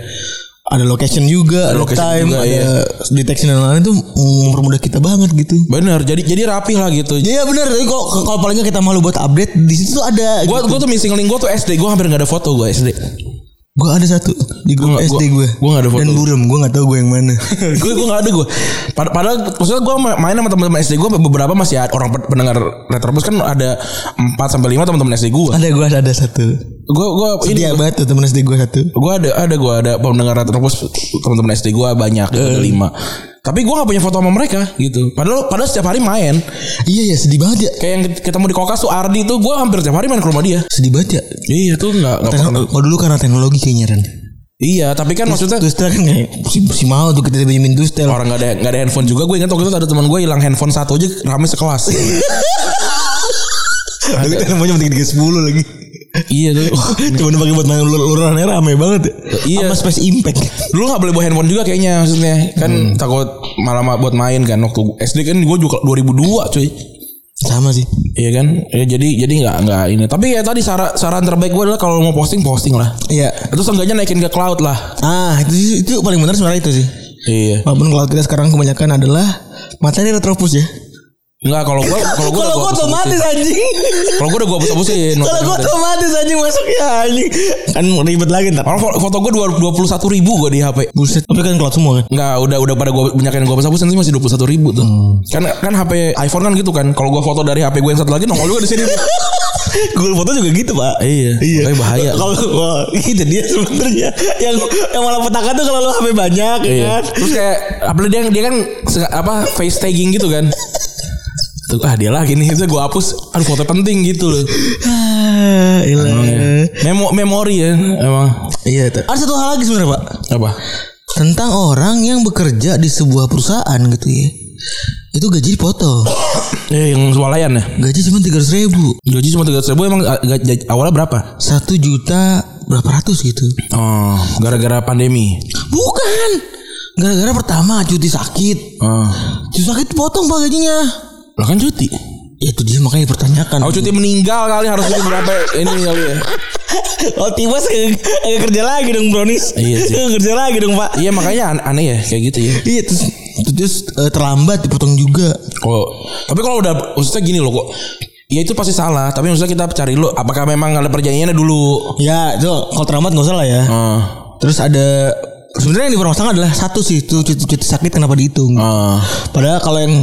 Speaker 2: Ada location juga, ada,
Speaker 3: location
Speaker 2: time,
Speaker 3: juga,
Speaker 2: ada
Speaker 3: iya.
Speaker 2: detection dan lain-lain itu mempermudah kita banget gitu.
Speaker 3: Bener jadi jadi rapi lah gitu.
Speaker 2: Ya, ya benar, tapi kok kalau paling nggak kita malu buat update di situ tuh ada.
Speaker 3: Gue
Speaker 2: gitu.
Speaker 3: gue tuh missing link gue tuh SD gue hampir gak ada foto gue SD.
Speaker 2: Gua ada satu di grup
Speaker 3: Gua nggak-
Speaker 2: SD
Speaker 3: gua-
Speaker 2: gue.
Speaker 3: gua nggak ada
Speaker 2: Dan
Speaker 3: foto.
Speaker 2: burem, gue nggak tahu gue yang mana.
Speaker 3: gue gue gak ada gue Pad- padahal maksudnya gue ma- main sama teman-teman SD gue beberapa masih ada orang pe- pendengar retrobus kan ada 4 sampai 5 teman-teman SD gue
Speaker 2: ada gue ada satu.
Speaker 3: gue gue ini
Speaker 2: Dia banget tuh temen SD gue satu.
Speaker 3: gue ada ada gue ada pendengar retrobus teman-teman SD gue banyak ada 5 Tapi gue gak punya foto sama mereka gitu. Padahal padahal setiap hari main.
Speaker 2: Iya ya sedih banget ya.
Speaker 3: Kayak yang ketemu di kokas tuh Ardi tuh gue hampir tiap hari main ke rumah dia.
Speaker 2: Sedih banget ya.
Speaker 3: Iya tuh nggak nggak pernah.
Speaker 2: Tekno- Oh dulu karena teknologi kayaknya Ren.
Speaker 3: Iya tapi kan maksudnya
Speaker 2: Dustel kan kayak si, si mau tuh kita pinjemin Dustel.
Speaker 3: orang nggak ada nggak ada handphone juga. Gue ingat waktu itu ada teman gue hilang handphone satu aja rame sekelas.
Speaker 2: Tapi teleponnya mending tiga sepuluh lagi.
Speaker 3: iya tuh.
Speaker 2: Cuma dipakai buat main lur- lururannya rame banget.
Speaker 3: Iya.
Speaker 2: Ya. Sama Space Impact.
Speaker 3: Dulu gak boleh bawa handphone juga kayaknya maksudnya kan takut malah ma- buat main kan waktu SD kan gue juga 2002 cuy.
Speaker 2: Sama sih.
Speaker 3: Iya kan? Ya, jadi jadi nggak nggak ini. Tapi ya tadi saran saran terbaik gue adalah kalau mau posting posting lah.
Speaker 2: Iya.
Speaker 3: Itu seenggaknya naikin ke cloud lah.
Speaker 2: Ah itu sih- itu paling benar sebenarnya itu sih.
Speaker 3: Iya.
Speaker 2: Walaupun kalau kita sekarang kebanyakan adalah materi retropus ya.
Speaker 3: Enggak kalau gue kalau gue
Speaker 2: Oh, Kalau gue otomatis anjing.
Speaker 3: Kalau gue udah gue hapus-hapusin.
Speaker 2: Kalau gue Iya, otomatis anjing masuknya anjing. Kan ribet lagi ntar.
Speaker 3: Orang fo- foto gue dua puluh satu ribu gue di HP.
Speaker 2: Buset. Tapi kan cloud semua kan.
Speaker 3: Enggak, udah udah pada gue banyak yang gue hapus hapusin sih masih dua puluh satu ribu tuh. Kan kan HP iPhone kan gitu kan. Kalau gue foto dari HP gue yang satu lagi nongol juga di sini.
Speaker 2: Google Foto juga gitu pak.
Speaker 3: Iya,
Speaker 2: Iya.
Speaker 3: makanya bahaya.
Speaker 2: Kalau wah, itu dia sebenarnya yang yang malah petaka tuh kalau lu HP banyak ya
Speaker 3: iya.
Speaker 2: kan.
Speaker 3: Terus kayak apa dia dia kan se- apa face tagging gitu kan. Tuh ah dia lagi nih itu gue hapus. Aduh foto penting gitu loh.
Speaker 2: Ah, ilah.
Speaker 3: ya? Memo memori ya emang
Speaker 2: Iya. tuh. Ada satu hal lagi sebenarnya pak
Speaker 3: apa?
Speaker 2: tentang orang yang bekerja di sebuah perusahaan gitu ya. Itu gaji foto.
Speaker 3: Eh yang swalayan ya.
Speaker 2: Gaji cuma tiga ratus ribu.
Speaker 3: Gaji cuma tiga ribu emang a- gaji- awalnya berapa?
Speaker 2: Satu juta berapa ratus gitu.
Speaker 3: Oh, gara-gara pandemi.
Speaker 2: Bukan. Gara-gara pertama cuti sakit.
Speaker 3: Oh.
Speaker 2: Cuti sakit potong pak gajinya.
Speaker 3: Lah kan cuti.
Speaker 2: Ya itu dia makanya dipertanyakan.
Speaker 3: Oh cuti meninggal kali harus cuti berapa ini kali ya.
Speaker 2: Oh tiba agak kerja lagi dong Bronis.
Speaker 3: Iya sih.
Speaker 2: Nggak kerja lagi dong Pak.
Speaker 3: Iya makanya an- aneh ya kayak gitu ya.
Speaker 2: Iya terus terus eh, terlambat dipotong juga.
Speaker 3: Oh, tapi kalau udah maksudnya gini loh kok. Ya itu pasti salah, tapi maksudnya kita cari lu apakah memang ada perjanjiannya dulu.
Speaker 2: Ya itu kalau terlambat nggak usah lah ya.
Speaker 3: Heeh.
Speaker 2: Terus ada sebenarnya yang dipermasalahkan adalah satu sih itu cuti-cuti sakit kenapa dihitung. Padahal kalau yang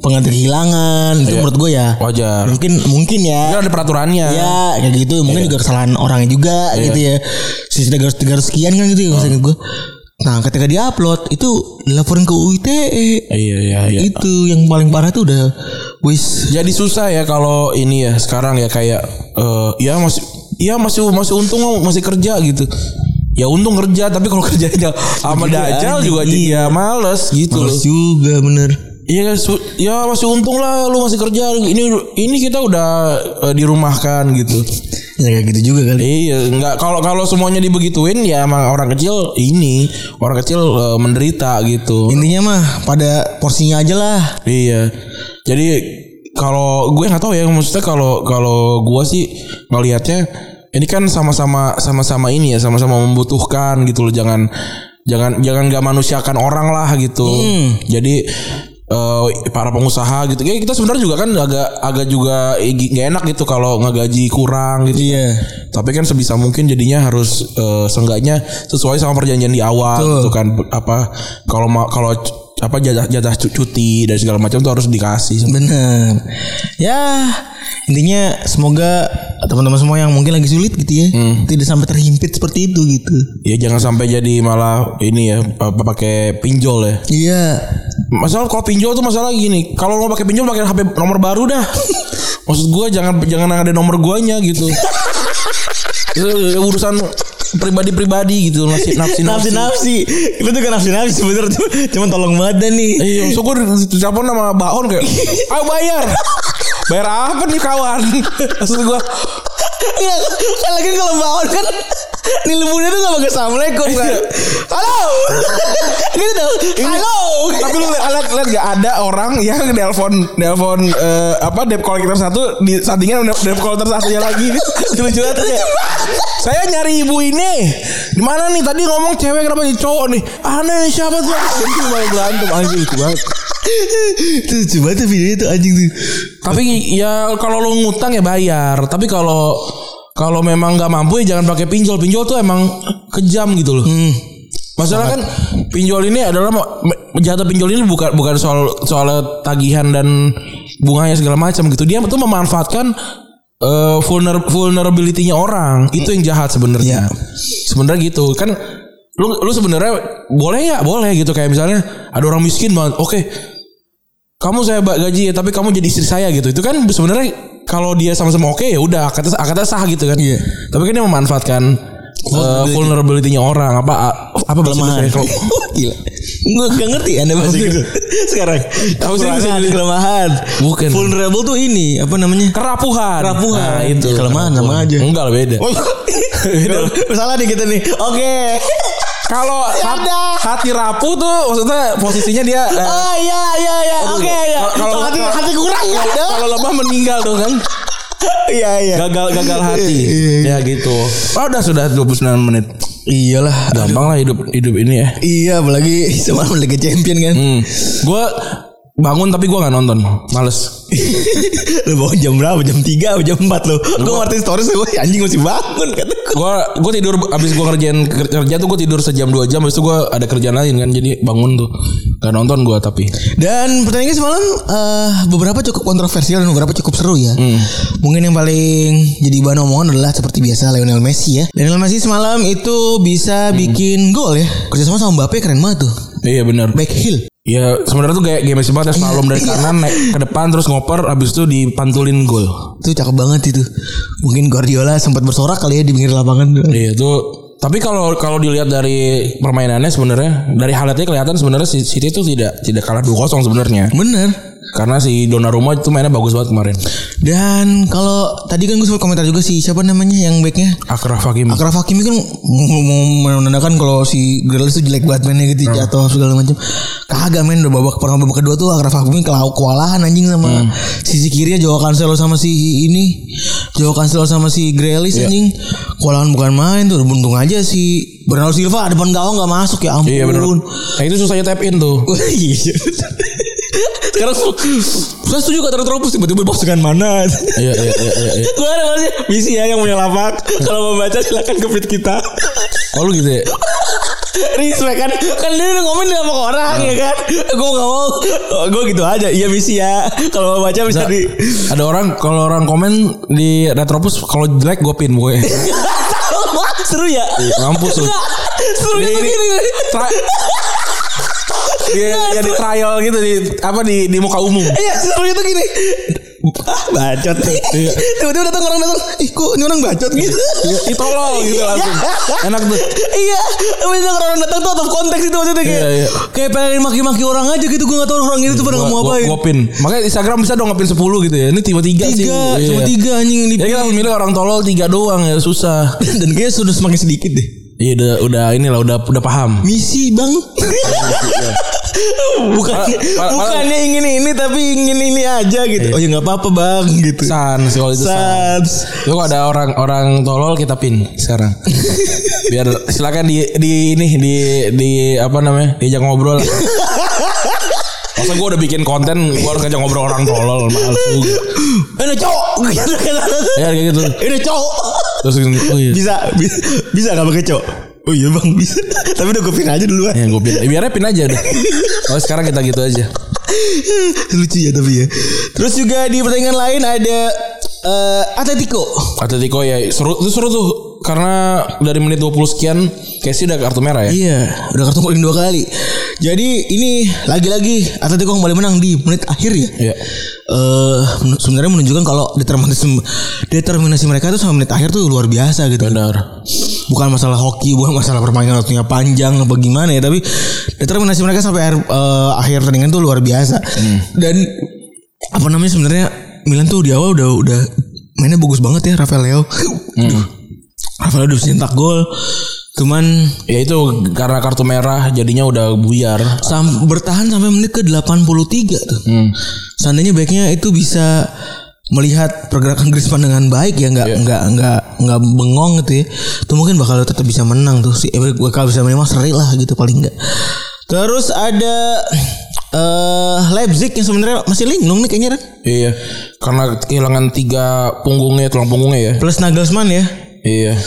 Speaker 2: pengganti kehilangan itu menurut gue ya
Speaker 3: wajar.
Speaker 2: mungkin mungkin ya.
Speaker 3: Kan ada peraturannya.
Speaker 2: Ya kayak gitu Mungkin juga kesalahan orangnya juga gitu ya Sisi 300, 300 sekian kan gitu ya maksud gue Nah ketika dia upload Itu dilaporin ke UITE
Speaker 3: Iya iya iya.
Speaker 2: Itu yang paling parah tuh udah Wis
Speaker 3: Jadi susah ya kalau ini ya sekarang ya kayak eh ya masih ya masih masih untung lo masih kerja gitu. Ya untung kerja tapi kalau kerjanya sama dajal juga jadi ya males
Speaker 2: iya.
Speaker 3: gitu
Speaker 2: Males
Speaker 3: loh.
Speaker 2: juga bener
Speaker 3: Iya su- ya masih untung lah lu masih kerja ini ini kita udah eh, dirumahkan gitu.
Speaker 2: Ya kayak gitu juga kali
Speaker 3: Iya nggak kalau kalau semuanya dibegituin ya emang orang kecil ini orang kecil eh, menderita gitu.
Speaker 2: Intinya mah pada porsinya aja lah
Speaker 3: Iya. Jadi kalau gue nggak tahu ya maksudnya kalau kalau gue sih ngelihatnya ini kan sama-sama sama-sama ini ya sama-sama membutuhkan gitu loh jangan jangan jangan nggak manusiakan orang lah gitu. Jadi eh, para pengusaha gitu. Kayak kita sebenarnya juga kan agak agak juga nggak enak gitu kalau ngegaji kurang gitu.
Speaker 2: Iya
Speaker 3: Tapi kan sebisa mungkin jadinya harus eh, seenggaknya sesuai sama perjanjian di awal
Speaker 2: Betul.
Speaker 3: gitu kan apa kalau ma- kalau c- apa jatah jatah cu- cuti dan segala macam tuh harus dikasih.
Speaker 2: Bener Ya Intinya semoga teman-teman semua yang mungkin lagi sulit gitu ya
Speaker 3: Hmm.
Speaker 2: Tidak sampai terhimpit seperti itu gitu
Speaker 3: Ya jangan sampai jadi malah ini ya apa pakai pinjol ya.
Speaker 2: Iya
Speaker 3: Masalah kalau pinjol tuh masalah gini. Kalau lo pakai pinjol pakai HP nomor baru dah. Maksud gua jangan jangan ada nomor guanya gitu. Itu urusan pribadi-pribadi gitu nafsi nafsi
Speaker 2: nafsi nafsi itu juga nafsi nafsi sebenernya Cuma- cuman tolong banget dah nih
Speaker 3: Iya, so gue ditelepon sama Baon kayak, ayo bayar. Bayar apa nih kawan? Maksud gue,
Speaker 2: Iya, kan lagi kalau bangun kan di lemburnya tuh gak pakai assalamualaikum
Speaker 3: Iya.
Speaker 2: kan halo gitu dong halo
Speaker 3: tapi lu liat, liat, liat gak ada orang yang nelpon nelpon eh, apa debt collector satu di sampingnya ada debt collector satunya lagi. Itu Lucu banget ya. Saya nyari ibu ini. Di mana nih? Tadi ngomong cewek kenapa jadi cowok nih? Aneh nih siapa tuh? Itu malah berantem anjing lucu banget.
Speaker 2: tuh coba tuh videonya tuh anjing tuh
Speaker 3: Tapi ya kalau lo ngutang ya bayar. Tapi kalau kalau memang nggak mampu ya jangan pakai pinjol. Pinjol tuh emang kejam gitu loh. Masalah kan pinjol ini adalah me- jatah pinjol ini bukan bukan soal soal tagihan dan bunganya segala macam gitu. Dia tuh memanfaatkan eh, vulner, vulnerability-nya orang. Itu yang jahat sebenarnya.
Speaker 2: Iya.
Speaker 3: Sebenarnya gitu. Kan lu lu sebenarnya boleh nggak boleh gitu kayak misalnya ada orang miskin banget oke kamu saya ba- gaji ya, tapi kamu jadi istri saya gitu itu kan sebenarnya kalau dia sama-sama oke ya udah akad akadnya sah gitu kan
Speaker 2: Iya.
Speaker 3: tapi kan dia memanfaatkan eh, vulnerability-nya orang apa apa bahasa
Speaker 2: kelemahan.
Speaker 3: Indonesia? Kalau-
Speaker 2: Gila. Gue gak ngerti anda bahasa Inggris. Sekarang.
Speaker 3: Tahu sih bahasa
Speaker 2: Kekurangan,
Speaker 3: Inggris.
Speaker 2: kelemahan.
Speaker 3: Bukan.
Speaker 2: Vulnerable tuh ini apa namanya?
Speaker 3: kerapuhan
Speaker 2: Kerapuhan. Oh,
Speaker 3: Nah, itu
Speaker 2: Ya, kelemahan sama
Speaker 3: Kerapuhan.
Speaker 2: aja.
Speaker 3: enggak lah beda
Speaker 2: Salah nih kita nih. Oke.
Speaker 3: kalau hat-
Speaker 2: Ada.
Speaker 3: hati rapuh tuh maksudnya posisinya dia eh,
Speaker 2: Oh iya iya iya. Oke ya.
Speaker 3: Kalau-
Speaker 2: Kalau hati
Speaker 3: kalau-
Speaker 2: hati kurang ya.
Speaker 3: kalau lemah meninggal dong kan
Speaker 2: Iya iya.
Speaker 3: gagal gagal hati
Speaker 2: Iya, iya.
Speaker 3: ya gitu oh, udah sudah 29 menit
Speaker 2: Iyalah.
Speaker 3: gampang lah hidup hidup ini ya
Speaker 2: Iya apalagi semalam Liga Champion kan.
Speaker 3: hmm. gue bangun tapi gue nggak nonton males
Speaker 2: lu bangun jam berapa? Jam 3 atau jam 4 lu? Gue ngerti stories gue anjing masih bangun kata gua.
Speaker 3: gue gue tidur abis gue kerjain kerja tuh gue tidur sejam dua jam abis itu gue ada kerjaan lain kan jadi bangun tuh nggak nonton gue tapi
Speaker 2: Dan pertandingan semalam eh, beberapa cukup kontroversial dan beberapa cukup seru ya. Mungkin yang paling jadi bahan omongan adalah seperti biasa Lionel Messi ya. Lionel Messi semalam itu bisa bikin gol ya. Kerjasama sama Mbappe keren banget tuh.
Speaker 3: iya benar
Speaker 2: Back heel.
Speaker 3: Ya sebenarnya tuh kayak game Messi banget ya slalom dari kanan naik ke depan terus ngoper habis itu dipantulin gol.
Speaker 2: Itu cakep banget itu. Mungkin Guardiola sempat bersorak kali ya di pinggir lapangan.
Speaker 3: Iya itu tapi kalau kalau dilihat dari permainannya sebenarnya dari highlightnya kelihatan sebenarnya si City itu tidak tidak kalah 2-0 sebenarnya.
Speaker 2: Bener.
Speaker 3: Karena si Donnarumma itu mainnya bagus banget kemarin.
Speaker 2: Dan kalau tadi kan gue sempat komentar juga sih siapa namanya yang backnya
Speaker 3: Akraf Hakimi.
Speaker 2: Akraf Hakimi kan mau- mau menandakan kalau si Grealish tuh jelek banget mainnya gitu jatuh segala macam. Kagak main udah babak pertama babak kedua tuh Akraf Hakimi kelau kewalahan anjing sama sisi kirinya Joao Cancelo sama si ini Joao Cancelo sama si Grealish anjing kewalahan bukan main tuh buntung aja si Bernardo Silva depan gawang nggak masuk ya ampun.
Speaker 3: Iya benar. Nah itu susahnya tap in tuh.
Speaker 2: Wah, iya. Sekarang saya setuju kata terus tiba-tiba pasukan mana?
Speaker 3: Iya iya iya iya. iya.
Speaker 2: Gue ada maksudnya Misi ya yang punya lapak Kalau mau baca silahkan ke feed kita
Speaker 3: Oh lu gitu ya.
Speaker 2: Respect kan Kan dia udah ngomongin sama orang ya kan Gue gak mau Gue gitu aja Iya misi ya Kalau mau baca bisa di
Speaker 3: Ada orang kalau orang komen di Retropus kalau jelek gue pin pokoknya.
Speaker 2: Iya, Wah, Seru ya
Speaker 3: Iya, Mampus lu.
Speaker 2: Seru
Speaker 3: Ini- ini-
Speaker 2: begini
Speaker 3: Tra- dia, dia di trial gitu di apa di di muka umum.
Speaker 2: Iya serunya tuh gini Ah bacot
Speaker 3: Iya.
Speaker 2: Tiba-tiba datang orang datang Ih kok ini orang bacot gitu
Speaker 3: Ditolong gitu langsung. Enak tuh.
Speaker 2: Iya Bisa orang datang tuh out of konteks itu maksudnya kayak
Speaker 3: Iya, iya.
Speaker 2: Kayak pengen maki-maki orang aja gitu Gue gak tau orang itu tuh pada gitu.
Speaker 3: Gua-
Speaker 2: mau
Speaker 3: gua-
Speaker 2: ngapain
Speaker 3: Gua pin. Makanya Instagram bisa dong ngepin 10 gitu ya. Ini tiba tiga sih.
Speaker 2: tiga
Speaker 3: Iya.
Speaker 2: cuma tiga anjing yang
Speaker 3: Jadi
Speaker 2: dipilih
Speaker 3: kita memilih orang tolol tiga doang ya susah.
Speaker 2: dan kayaknya sudah semakin sedikit deh
Speaker 3: Iya udah udah inilah udah udah paham.
Speaker 2: misi bang
Speaker 3: Iya.
Speaker 2: bukannya
Speaker 3: Pa- pa- pa-
Speaker 2: bukannya ingin ini tapi ingin ini aja gitu
Speaker 3: Iya.
Speaker 2: oh ya nggak apa-apa bang gitu
Speaker 3: San sih kalau itu san.
Speaker 2: Sans.
Speaker 3: Itu kalau ada orang-orang tolol kita pin sekarang. Biar silakan di di ini di di apa namanya? diajak ngobrol lah. Masa gue udah bikin konten gue harus ngajak ngobrol orang tolol males juga.
Speaker 2: Eh, udah cowok
Speaker 3: Ya kayak gitu.
Speaker 2: Eh, udah cowok
Speaker 3: Terus gini, oh iya.
Speaker 2: bisa bi- bisa nggak pakai cowok oh iya bang bisa tapi udah gue pin aja duluan
Speaker 3: Ya gue pin. Eh, Biarnya pin aja udah. Oh sekarang kita gitu aja.
Speaker 2: lucu ya tapi ya terus juga di pertandingan lain ada eh, Atletico
Speaker 3: Atletico ya seru itu seru tuh karena dari menit 20 sekian Casey udah kartu merah ya.
Speaker 2: Iya, udah kartu kuning dua kali. Jadi ini lagi-lagi Atletico kembali menang di menit akhir ya.
Speaker 3: Iya.
Speaker 2: Eh, men- sebenarnya menunjukkan kalau determinasi determinasi mereka itu sama menit akhir tuh luar biasa gitu.
Speaker 3: Benar.
Speaker 2: Bukan masalah hoki, bukan masalah permainan waktunya panjang apa gimana ya, tapi determinasi mereka sampai akhir, eh, akhir pertandingan tuh luar biasa.
Speaker 3: Hmm.
Speaker 2: Dan apa namanya sebenarnya Milan tuh di awal udah udah mainnya bagus banget ya Rafael Leo. Rafael Leo udah nyetak gol. Cuman
Speaker 3: Ya itu karena kartu merah jadinya udah buyar.
Speaker 2: Sam, bertahan sampai menit ke 83 tuh.
Speaker 3: Hmm.
Speaker 2: Seandainya baiknya itu bisa melihat pergerakan Griezmann dengan baik ya
Speaker 3: Iya.
Speaker 2: nggak nggak nggak nggak bengong gitu ya. Itu mungkin bakal tetap bisa menang tuh si eh, bakal bisa menang seri lah gitu paling nggak. Terus ada eh Leipzig yang sebenarnya masih linglung nih kayaknya Ren.
Speaker 3: Iya. Karena kehilangan tiga punggungnya tulang punggungnya ya.
Speaker 2: Plus Nagelsmann ya.
Speaker 3: Iya.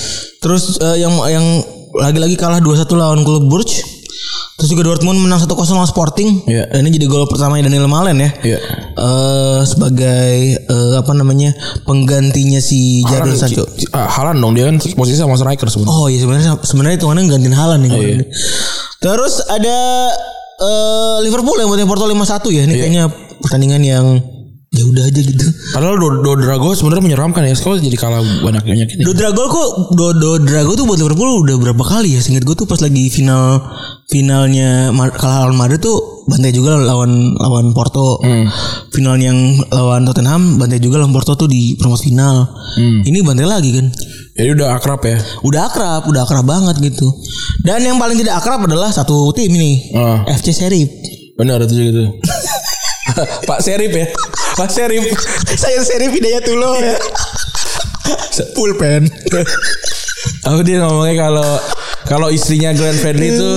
Speaker 2: Terus eh, yang yang lagi-lagi kalah 2-1 lawan klub Bruges. Terus juga Dortmund menang 1-0 lawan Sporting.
Speaker 3: Iya.
Speaker 2: Dan Ini jadi gol pertama Daniel Malen ya.
Speaker 3: Iya.
Speaker 2: Eh, sebagai eh, apa namanya penggantinya si Jadon Eh, Sancho.
Speaker 3: Ah, Halan dong dia kan posisi sama striker sebenarnya.
Speaker 2: Oh iya sebenarnya sebenarnya itu gantiin Halan nih. kemarin. Terus ada eh, Liverpool yang buatnya Porto 5-1 ya. Ini kayaknya pertandingan yang ya udah aja gitu.
Speaker 3: Padahal Do Dodrago sebenarnya menyeramkan ya. Sekarang jadi kalah banyak banyak ini.
Speaker 2: Dodrago kok Do, Do Drago tuh buat Liverpool udah berapa kali ya? Singkat gue tuh pas lagi final finalnya Mar- kalah lawan Madrid tuh bantai juga lawan lawan Porto. Final yang lawan Tottenham bantai juga lawan Porto tuh di perempat final. Ini bantai lagi kan.
Speaker 3: Jadi udah akrab ya.
Speaker 2: Udah akrab, udah akrab banget gitu. Dan yang paling tidak akrab adalah satu tim ini.
Speaker 3: Ah.
Speaker 2: FC Serif.
Speaker 3: Benar itu juga itu. Pak Serif ya. Pak Serif.
Speaker 2: Saya Serif Hidayatullah ya. Pulpen.
Speaker 3: Aku dia ngomongnya kalau kalau istrinya Glenn Fredly itu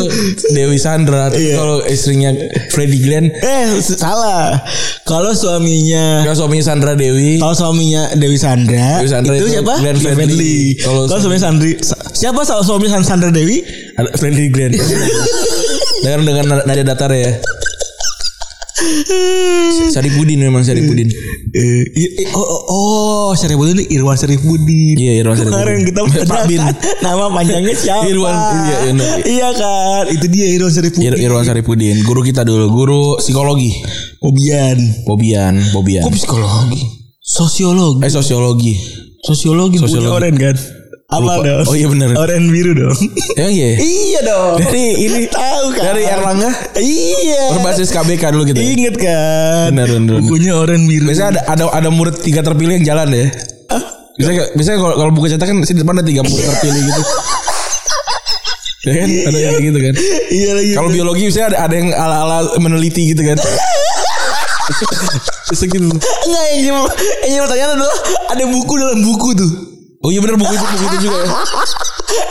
Speaker 3: Dewi Sandra, tapi
Speaker 2: Iya.
Speaker 3: kalau istrinya Freddy Glenn
Speaker 2: eh, salah. Kalau suaminya
Speaker 3: kalau suaminya Sandra Dewi.
Speaker 2: Kalau suaminya Dewi Sandra,
Speaker 3: Dewi Sandra
Speaker 2: itu,
Speaker 3: itu
Speaker 2: siapa?
Speaker 3: Glenn
Speaker 2: Glenn
Speaker 3: Fredly.
Speaker 2: Fredly.
Speaker 3: Kalau
Speaker 2: Kalau suaminya Sandri Sa- siapa sa- suami San- Sandra Dewi?
Speaker 3: Ada Freddy Glenn. dengan dengan nada datar ya. Eh, Saripudin memang Saripudin.
Speaker 2: Eh, i- i- oh, oh, oh Syarifudin ini Irwan Syarifudin.
Speaker 3: Iya, Irwan Syarifudin.
Speaker 2: Kemarin kita
Speaker 3: Pak
Speaker 2: menanyakan
Speaker 3: Bin.
Speaker 2: Nama panjangnya siapa?
Speaker 3: Irwan, iya, iya, iya.
Speaker 2: Iya kan? Itu dia Irwan Syarifudin.
Speaker 3: Ir Irwan Iya, Saripudin, guru kita dulu, guru psikologi.
Speaker 2: Bobian.
Speaker 3: Bobian, Bobian.
Speaker 2: Kok psikologi? Sosiologi.
Speaker 3: Eh sosiologi.
Speaker 2: Sosiologi.
Speaker 3: Sosiologi.
Speaker 2: Sosiologi. Oren kan? Apa
Speaker 3: Lupa.
Speaker 2: dong?
Speaker 3: Oh, iya, bener.
Speaker 2: Oren biru dong.
Speaker 3: Emang iya. ya?
Speaker 2: iya dong.
Speaker 3: Dari ini
Speaker 2: Tahu kan?
Speaker 3: dari Erlangga
Speaker 2: Iya.
Speaker 3: berbasis KBK dulu kita. ya.
Speaker 2: Ingat kan?
Speaker 3: Benar, benar, benar.
Speaker 2: Bukunya oren biru.
Speaker 3: Biasanya ada ada ada murid tiga terpilih yang jalan ya. Biasanya biasanya kalau kalau buku cetak kan di depan ada tiga murid terpilih gitu. Ya kan ada yang kayak gitu kan.
Speaker 2: iya lagi.
Speaker 3: Kalau biologi biasanya ada ada yang ala-ala meneliti gitu kan. Bisa gitu.
Speaker 2: enggak yang jadi, yang jadi pertanyaan adalah ada buku dalam buku tuh.
Speaker 3: Oh iya bener buku itu buku itu juga ya.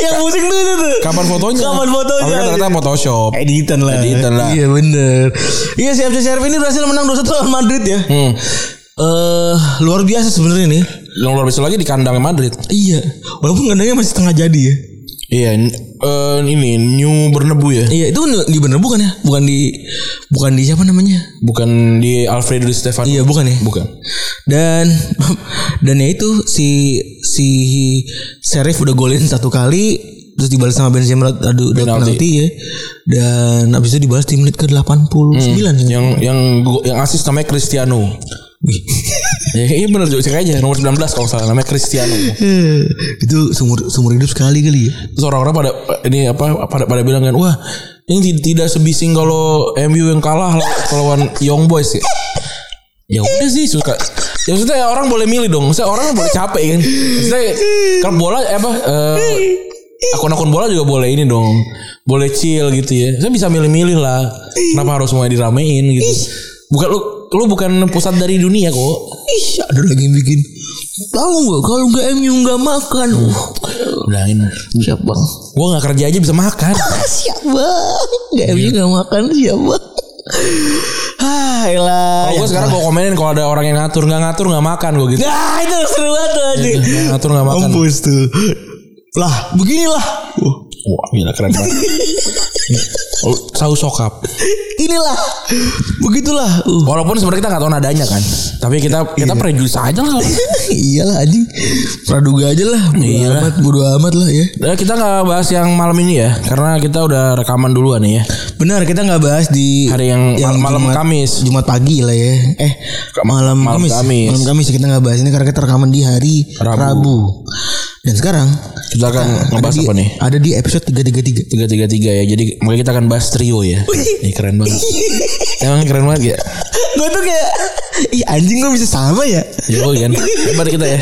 Speaker 2: Yang musik tuh itu tuh.
Speaker 3: Kapan fotonya?
Speaker 2: Kapan fotonya?
Speaker 3: Tapi kan ternyata Photoshop.
Speaker 2: Editan lah.
Speaker 3: Editan lah.
Speaker 2: Iya bener. Iya si FC Serve ini berhasil menang 2-1 lawan Madrid ya. Eh
Speaker 3: Hmm.
Speaker 2: luar biasa sebenarnya nih.
Speaker 3: Yang luar biasa lagi di kandang Madrid.
Speaker 2: Iya. Walaupun kandangnya masih setengah jadi ya.
Speaker 3: Iya, n- eh, ini New Bernebu ya.
Speaker 2: Iya itu di bener bukan ya? Bukan di bukan di siapa namanya?
Speaker 3: Bukan di Alfredo Di Stefano.
Speaker 2: Iya bukan ya?
Speaker 3: Bukan.
Speaker 2: dan dan ya itu si si Serif udah golin satu kali terus dibalas sama Benzema aduh udah
Speaker 3: Penalti.
Speaker 2: penalti ya dan habis itu dibalas di menit ke 89 ya.
Speaker 3: Yang yang go- yang asis namanya Cristiano.
Speaker 2: Wih.
Speaker 3: ya, iya bener juga cek aja nomor 19 kalau salah namanya Cristiano.
Speaker 2: itu seumur seumur hidup sekali kali ya
Speaker 3: Terus orang-orang pada ini apa pada pada bilang kan, wah ini ti- tidak sebising kalau MU yang kalah law- lawan Young Boys ya. Ya udah sih suka. Ya maksudnya orang boleh milih dong. Maksudnya orang boleh capek kan. Maksudnya kalau bola eh, apa eh, akun-akun bola juga boleh ini dong. Boleh chill gitu ya. Saya bisa milih-milih lah. Kenapa harus semuanya diramein gitu. Bukan lu lu bukan pusat dari dunia kok.
Speaker 2: ih ada lagi yang bikin tahu nggak kalau nggak MU nggak makan uh,
Speaker 3: Udahin.
Speaker 2: siap bang
Speaker 3: Gua nggak kerja aja bisa makan.
Speaker 2: siap bang nggak
Speaker 3: Iya.
Speaker 2: MU nggak makan siap bang ah elah
Speaker 3: Kalau gue sekarang gue komenin kalau ada orang yang ngatur nggak ngatur nggak makan gue gitu.
Speaker 2: Nah itu seru banget tuh anjing.
Speaker 3: Nggak ngatur nggak makan.
Speaker 2: Mampus tuh. Lah, beginilah. Wah,
Speaker 3: Wah gila keren banget. Lu Oh, Saus sokap.
Speaker 2: Inilah. Begitulah. Uh.
Speaker 3: Walaupun sebenarnya kita nggak tahu nadanya kan. Tapi kita kita prejudice aja lah.
Speaker 2: iyalah anjing. Praduga aja lah. Bodo
Speaker 3: Iyalah.
Speaker 2: amat, bodo amat lah ya.
Speaker 3: Nah, kita nggak bahas yang malam ini ya, karena kita udah rekaman duluan nih ya.
Speaker 2: Benar, kita nggak bahas di
Speaker 3: Hari yang, mal- malam
Speaker 2: Jumat,
Speaker 3: Kamis.
Speaker 2: Jumat pagi lah ya. Eh, malam,
Speaker 3: malam
Speaker 2: Kamis.
Speaker 3: Kamis.
Speaker 2: Malam Kamis kita nggak bahas ini karena kita rekaman di hari
Speaker 3: Rabu.
Speaker 2: Rabu. Dan sekarang
Speaker 3: Kita akan ngebahas
Speaker 2: ada di,
Speaker 3: apa nih?
Speaker 2: Ada di episode 333.
Speaker 3: Tiga tiga tiga ya. Jadi makanya kita akan bahas trio ya. Ini keren banget. Emang keren banget ya.
Speaker 2: gue tuh kayak ih anjing gue bisa sama ya.
Speaker 3: Jokowi kan. Hebat kita ya.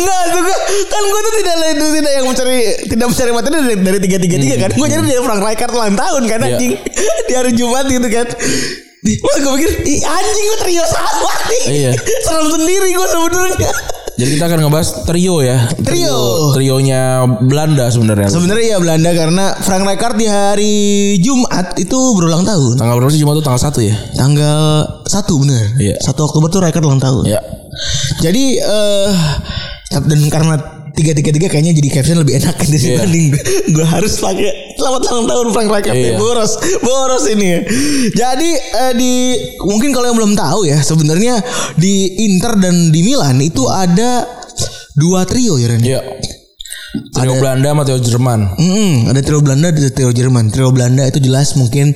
Speaker 2: Enggak, juga kan gue tuh tidak itu tidak yang mencari tidak mencari materi dari, dari tiga tiga tiga kan. Gue nyari dari Frank Rijkaard ulang tahun kan
Speaker 3: Iya.
Speaker 2: anjing di hari Jumat gitu kan. Di- Wah gue pikir Ih anjing gue trio sama nih
Speaker 3: Iya.
Speaker 2: Serem sendiri gue sebenarnya
Speaker 3: Jadi kita akan ngebahas trio ya.
Speaker 2: Trio.
Speaker 3: Trionya Belanda sebenarnya.
Speaker 2: Sebenarnya ya Belanda karena Frank Rijkaard di hari Jumat itu berulang tahun
Speaker 3: Tanggal berapa sih Jumat tuh tanggal 1 ya?
Speaker 2: Tanggal 1 bener
Speaker 3: Iya.
Speaker 2: 1 Oktober tuh Rijkaard ulang tahun
Speaker 3: Ya.
Speaker 2: Jadi eh dan karena tiga tiga tiga kayaknya jadi caption lebih enak dibanding gue harus pakai Selamat ulang tahun Frank Rakyat
Speaker 3: Iya.
Speaker 2: Boros Boros ini Jadi eh, di Mungkin kalau yang belum tahu ya sebenarnya Di Inter dan di Milan Itu ada Dua trio ya Ren
Speaker 3: Iya. Trio Belanda sama trio Jerman.
Speaker 2: Mm-mm, Hmm, ada trio Belanda, ada trio Jerman. Trio Belanda itu jelas mungkin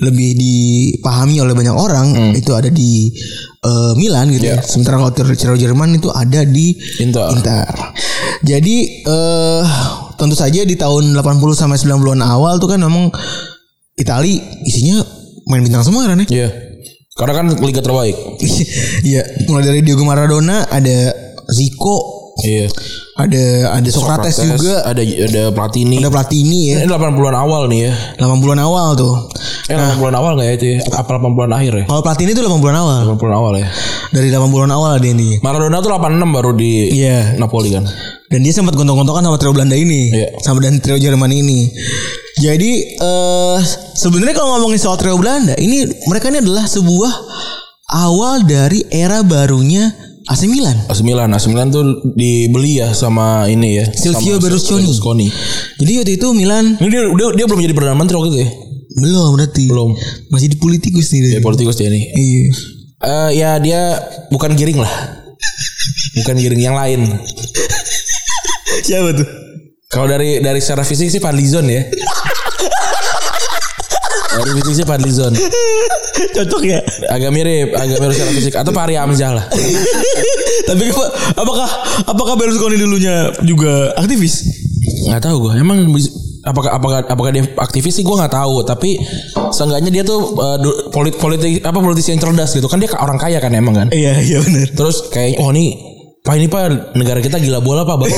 Speaker 2: lebih dipahami oleh banyak orang. Itu ada di eh, Milan gitu. Hmm. ya.
Speaker 3: Iya.
Speaker 2: Sementara kalau trio, trio Jerman itu ada di
Speaker 3: Inter.
Speaker 2: Jadi eh tentu saja di tahun 80 sampai 90-an awal tuh kan memang Itali isinya main bintang semua kan ya.
Speaker 3: Iya. Karena kan liga terbaik.
Speaker 2: Iya, mulai dari Diego Maradona, ada Zico,
Speaker 3: Iya.
Speaker 2: ada ada Socrates, juga,
Speaker 3: ada ada Platini.
Speaker 2: ada Platini ya.
Speaker 3: Ini 80-an awal nih ya.
Speaker 2: 80-an awal tuh.
Speaker 3: Eh 80-an awal enggak ya itu ya? Apa 80-an akhir ya?
Speaker 2: Kalau Platini itu 80-an awal.
Speaker 3: 80-an awal ya.
Speaker 2: Dari 80-an awal dia ini.
Speaker 3: Maradona tuh 86 baru di
Speaker 2: Iya.
Speaker 3: Napoli kan.
Speaker 2: Dan dia sempat gontok-gontokan sama trio Belanda ini,
Speaker 3: Iya.
Speaker 2: sama dan trio Jerman ini. Jadi eh sebenarnya kalau ngomongin soal trio Belanda, ini mereka ini adalah sebuah awal dari era barunya AC Milan.
Speaker 3: AC Milan, AC Milan tuh dibeli ya sama ini ya.
Speaker 2: Silvio
Speaker 3: sama
Speaker 2: Berlusconi.
Speaker 3: Berlusconi.
Speaker 2: Jadi waktu itu Milan
Speaker 3: Ini dia, dia, dia belum jadi perdana menteri waktu itu ya.
Speaker 2: belum berarti.
Speaker 3: Belum.
Speaker 2: Masih di politikus nih.
Speaker 3: Jadi
Speaker 2: dia.
Speaker 3: politikus dia nih.
Speaker 2: Iya.
Speaker 3: Eh ya dia bukan giring lah. Bukan giring yang lain.
Speaker 2: Siapa tuh?
Speaker 3: Kalau dari dari secara fisik sih Fadlizon ya. dari fisik sih Fadlizon.
Speaker 2: Cocok ya.
Speaker 3: Agak mirip, agak mirip secara fisik atau Fahri Hamzah lah.
Speaker 2: Tapi apa- apakah apakah Berlusconi dulunya juga aktivis?
Speaker 3: Nggak tahu gue. Emang bis- apakah apakah apakah dia aktivis sih gue nggak tahu tapi seenggaknya dia tuh eh, du- polit politik apa politisi yang cerdas gitu kan dia ka- orang kaya kan emang kan
Speaker 2: Iya, iya benar.
Speaker 3: terus kayak oh nih pak ini pak negara kita gila bola pak bapak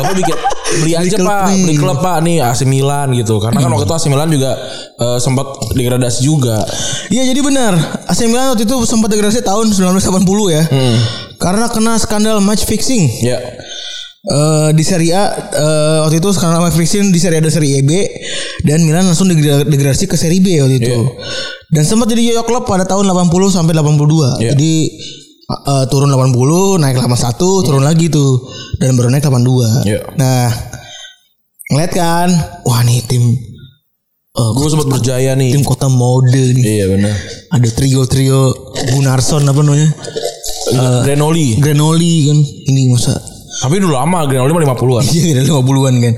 Speaker 3: bapak bikin beli aja
Speaker 2: klub
Speaker 3: pak
Speaker 2: nih.
Speaker 3: beli klub pak nih AC Milan gitu karena kan waktu itu AC Milan juga eh, sempat degradasi juga
Speaker 2: Iya jadi benar. AC Milan waktu itu sempat degradasi tahun 1980 ya.
Speaker 3: Hmm.
Speaker 2: Karena kena skandal match fixing
Speaker 3: ya
Speaker 2: Eh, di Serie A eh, waktu itu skandal match fixing di Serie A dan Serie B dan Milan langsung degra- degradasi ke Serie B waktu itu.
Speaker 3: Iya.
Speaker 2: Dan sempat jadi yo klub pada tahun 80 sampai 82.
Speaker 3: Iya.
Speaker 2: Jadi eh, turun 80, naik lama 1, turun lagi tuh dan baru naik 82.
Speaker 3: Iya.
Speaker 2: Nah, ngeliat kan, wah nih tim eh,
Speaker 3: gue sempat berjaya
Speaker 2: tim
Speaker 3: nih
Speaker 2: kota mode nih
Speaker 3: iya benar
Speaker 2: ada trio-trio Gunnarsson apa namanya
Speaker 3: Eh, Grenoli
Speaker 2: Granoli kan ini masa
Speaker 3: tapi dulu lama Grenoli mah 50-an
Speaker 2: iya dari 50-an kan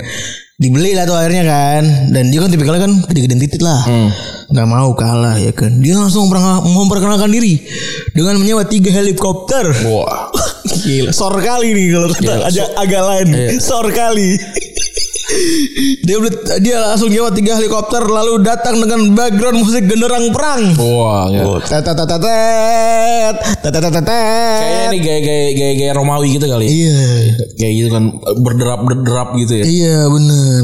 Speaker 2: dibeli lah tuh akhirnya kan dan dia kan tipikalnya kan gede-gedean titit lah
Speaker 3: Hmm.
Speaker 2: nggak mau kalah ya kan dia langsung merang- memperkenalkan diri dengan menyewa tiga helikopter
Speaker 3: wah
Speaker 2: Gila. Sor kali nih kalau kata
Speaker 3: Gila. Iya.
Speaker 2: agak agak lain. Sor kali. dia beli- dia langsung nyewa tiga helikopter lalu datang dengan background musik genderang perang.
Speaker 3: wah ya.
Speaker 2: Tet, tet, tet, tet, tet, tet, tet, tet.
Speaker 3: Kayaknya nih gaya gaya gaya, gaya Romawi gitu kali. ya.
Speaker 2: Iya.
Speaker 3: Kayak gitu kan berderap berderap gitu ya.
Speaker 2: Iya bener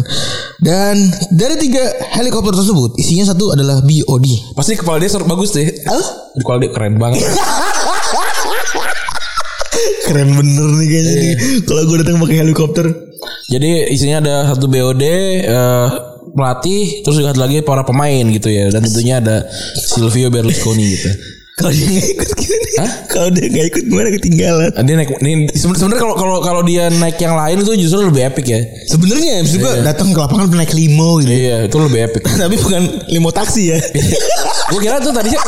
Speaker 2: Dan dari tiga helikopter tersebut Isinya satu adalah BOD
Speaker 3: Pasti kepala dia ser- bagus deh.
Speaker 2: Halo?
Speaker 3: Kepala dia keren banget.
Speaker 2: Keren bener nih kayaknya nih Kalau gue datang pakai helikopter
Speaker 3: Jadi isinya ada satu BOD eh, pelatih terus juga satu lagi para pemain gitu ya dan tentunya ada Silvio Berlusconi gitu.
Speaker 2: Kalau dia gak ikut gimana Kalau dia gak ikut gimana ketinggalan
Speaker 3: Dia naik ini seben- sebenarnya kalau kalau kalau dia naik yang lain itu justru lebih epic ya.
Speaker 2: Sebenarnya maksud gue datang ke lapangan naik limo gitu
Speaker 3: Iya, itu lebih epic.
Speaker 2: Iya. Tapi bukan limo taksi ya
Speaker 3: gue kira tuh tadinya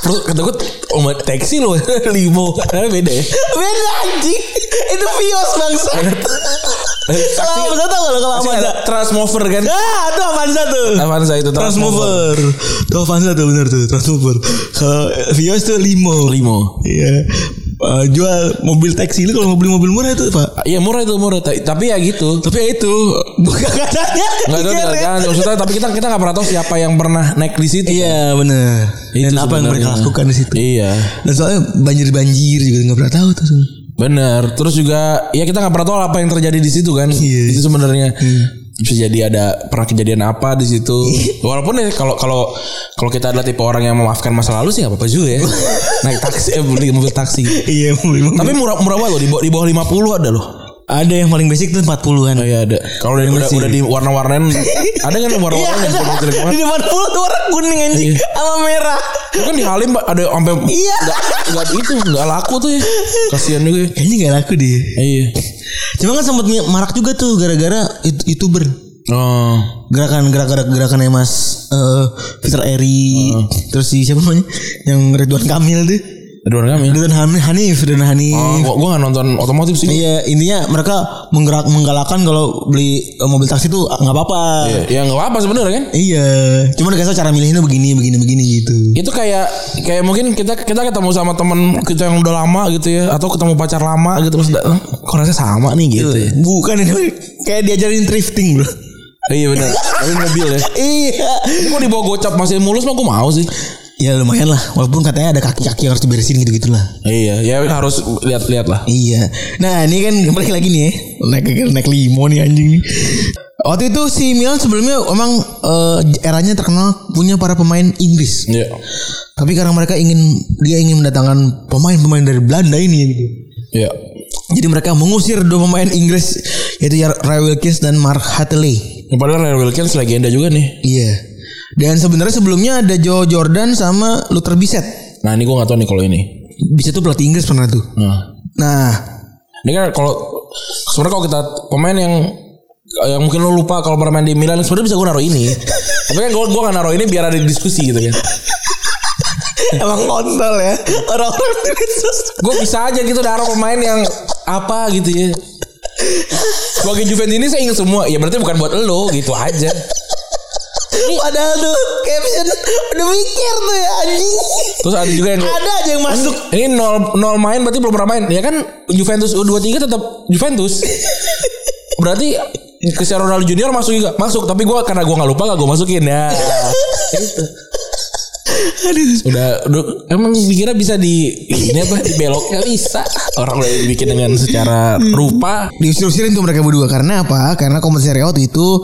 Speaker 3: perut kata gue oh my- taksi loh limo karena beda ya
Speaker 2: Beda anjing Itu Vios Iya, bangsa Kalau Avanza tau gak lo kalau
Speaker 3: Pasti
Speaker 2: Avanza
Speaker 3: ada transmover kan
Speaker 2: Ah itu Avanza tuh
Speaker 3: Avanza itu
Speaker 2: Transmover. Tuh Avanza tuh bener tuh Transmover. Kalau Vios tuh limo.
Speaker 3: limo
Speaker 2: Iya. Eh, jual mobil taksi lu kalau mau beli mobil murah itu pak.
Speaker 3: Iya murah itu murah Ta- tapi ya gitu
Speaker 2: Tapi ya itu bukan katanya.
Speaker 3: nggak ada
Speaker 2: Iya,
Speaker 3: jangan maksudnya tapi kita kita nggak pernah tahu siapa yang pernah naik di situ
Speaker 2: Iya bener. Dan
Speaker 3: Itu
Speaker 2: apa yang mereka
Speaker 3: sebenarnya.
Speaker 2: lakukan di situ?
Speaker 3: iya
Speaker 2: Dan soalnya banjir-banjir juga nggak pernah tahu tuh.
Speaker 3: bener terus juga ya kita nggak pernah tahu apa yang terjadi di situ kan
Speaker 2: Iya.
Speaker 3: itu sebenarnya bisa jadi ada pernah kejadian apa di situ walaupun ya kalau kalau kalau kita adalah tipe orang yang memaafkan masa lalu sih nggak apa-apa juga ya naik taksi eh, beli mobil taksi
Speaker 2: Iya Ah, mobil.
Speaker 3: tapi murah murah banget loh di bawah, di bawah 50 ada loh
Speaker 2: ada yang paling basic tuh 40-an.
Speaker 3: Oh iya ada. Kalau udah, udah,
Speaker 2: bersih.
Speaker 3: udah di warna-warnain ada kan warna-warnain yang jelek-jelek banget.
Speaker 2: Di depan pulau tuh warna kuning anjing
Speaker 3: Iya.
Speaker 2: sama merah.
Speaker 3: Kan di Halim ada sampai
Speaker 2: Iya.
Speaker 3: nggak nggak itu nggak laku tuh ya. Kasihan juga. ya.
Speaker 2: Kayaknya gak laku deh.
Speaker 3: Iya.
Speaker 2: Cuma kan sempat marak juga tuh gara-gara it- youtuber.
Speaker 3: Oh.
Speaker 2: gerakan-gerakan gerakannya Mas eh Peter Eri terus si siapa namanya yang Ridwan Kamil tuh
Speaker 3: Ridwan Kamil.
Speaker 2: Ridwan Han- Hanif Ridwan Hanif
Speaker 3: Oh, gua, gua gak nonton otomotif sih.
Speaker 2: Iya intinya mereka menggerak menggalakkan kalau beli eh, mobil taksi tuh nggak apa-apa.
Speaker 3: Ya, ya gak apa-apa sebenarnya kan.
Speaker 2: Iya, cuma dikasih tau cara milihnya begini begini begini gitu.
Speaker 3: Itu kayak kayak mungkin kita kita ketemu sama teman kita yang udah lama gitu ya atau ketemu pacar lama gitu terus da- "Eh, kok rasanya sama nih gitu
Speaker 2: Iya.
Speaker 3: ya.
Speaker 2: Bukan ini kayak diajarin drifting bro.
Speaker 3: Iya benar. Tapi mobil ya.
Speaker 2: Iya.
Speaker 3: Kok dibawa gocap masih mulus mah gua mau sih.
Speaker 2: Ya lumayan lah, walaupun katanya ada kaki-kaki yang harus diberesin gitu gitulah.
Speaker 3: Iya, ya harus lihat-lihat lah.
Speaker 2: Iya. Nah ini kan balik lagi nih ya. Naik, naik limo nih anjing nih. Waktu itu si Milan sebelumnya emang eh, eranya terkenal punya para pemain Inggris.
Speaker 3: Iya.
Speaker 2: Tapi karena mereka ingin dia ingin mendatangkan pemain-pemain dari Belanda ini ya, gitu.
Speaker 3: Iya.
Speaker 2: Jadi mereka mengusir dua pemain Inggris yaitu ya Ray Wilkins dan Mark Hatley.
Speaker 3: Ya, Padahal Ray Wilkins legenda juga nih.
Speaker 2: Iya. Dan sebenarnya sebelumnya ada Joe Jordan sama Luther Bissett.
Speaker 3: Nah, ini gua gak tahu nih kalau ini.
Speaker 2: Bissett tuh pelatih Inggris pernah tuh.
Speaker 3: Nah.
Speaker 2: Nah,
Speaker 3: Ini kan kalau sebenarnya kalau kita pemain yang yang mungkin lo lupa kalau pernah main di Milan sebenarnya bisa gue naruh ini. Tapi kan gue gue nggak naruh ini biar ada diskusi gitu kan.
Speaker 2: emang kontol ya orang-orang di medsos.
Speaker 3: Gue bisa aja gitu naruh pemain yang apa gitu ya. Sebagai Juventus ini saya ingat semua. Ya berarti bukan buat lo gitu aja.
Speaker 2: Padahal tuh caption udah mikir tuh ya anjing.
Speaker 3: Terus ada juga yang
Speaker 2: Ada aja yang masuk.
Speaker 3: ini nol nol main berarti belum pernah main. Ya kan Juventus U23 tetap Juventus. Berarti Cristiano Ronaldo Junior masuk juga masuk tapi gue karena gue nggak lupa gak gue masukin ya Gitu.
Speaker 2: Aduh.
Speaker 3: udah, udah emang dikira bisa di ini apa dibelok nggak bisa orang udah dibikin dengan secara rupa
Speaker 2: Diusir-usirin tuh mereka berdua karena apa? Karena Common Serial waktu itu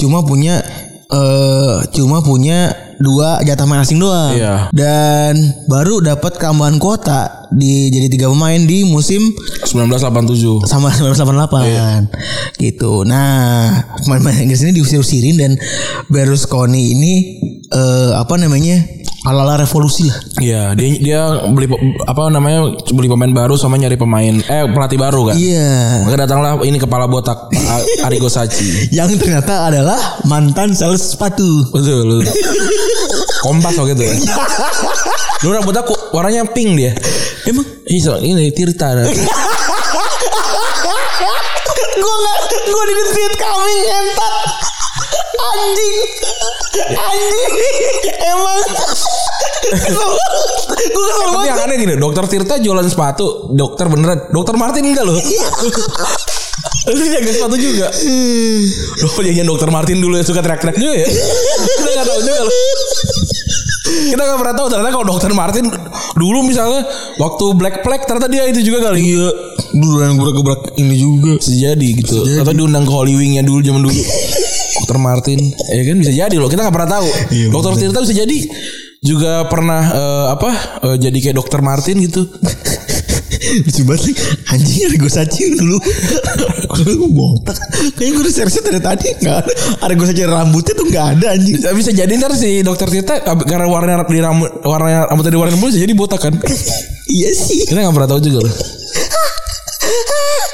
Speaker 2: cuma punya eh cuma punya dua jatah main asing doang.
Speaker 3: Iya.
Speaker 2: Dan baru dapat tambahan kuota di jadi tiga pemain di musim
Speaker 3: 1987
Speaker 2: sama 1988 gitu. Nah, pemain-pemain Inggris ini diusir-usirin dan Berlusconi ini eh apa namanya? ala-ala revolusi lah.
Speaker 3: Iya dia dia beli pe- apa namanya beli pemain baru sama nyari pemain eh pelatih baru kan
Speaker 2: Iya.
Speaker 3: maka datanglah ini kepala botak A- Arigo Sacchi
Speaker 2: Yang ternyata adalah mantan sales sepatu.
Speaker 3: betul betul. kompas waktu itu ya. Lu rambutnya ku- warnanya pink dia
Speaker 2: Emang
Speaker 3: Ih, so- ini Tirta
Speaker 2: gua nggak gua di detik kami ngentot. Anjing. Anjing. Emang Gue kesel
Speaker 3: Tapi yang aneh gini, dokter Tirta jualan sepatu, dokter beneran, dokter Martin enggak loh. Lu jaga sepatu juga. Loh, penyanyian dokter Martin dulu yang suka teriak-teriak juga ya. Kita enggak tahu juga loh. Kita gak pernah tahu ternyata kalau dokter Martin dulu misalnya waktu Black Plague ternyata dia itu juga kali. Iya.
Speaker 2: Buruan gebrak-gebrak ini juga.
Speaker 3: Sejadi gitu.
Speaker 2: Sejadi.
Speaker 3: Atau diundang ke Holy Wing-nya dulu zaman dulu. dokter Martin, ya kan bisa jadi loh. Kita nggak pernah tahu.
Speaker 2: Iya,
Speaker 3: dokter Tirta bisa jadi juga pernah eh, apa eh, jadi kayak dokter Martin gitu
Speaker 2: Lucu banget sih Anjing Argo Sachi dulu Dulu botak Kayaknya gue udah seriusnya dari tadi Gak ada Argo Sachi rambutnya tuh gak ada anjing
Speaker 3: Bisa- bisa jadi ntar si dokter Tirta ab- karena warna di rambut warna rambutnya di warna bulu jadi botak kan
Speaker 2: Iya sih
Speaker 3: kita nggak pernah tahu juga loh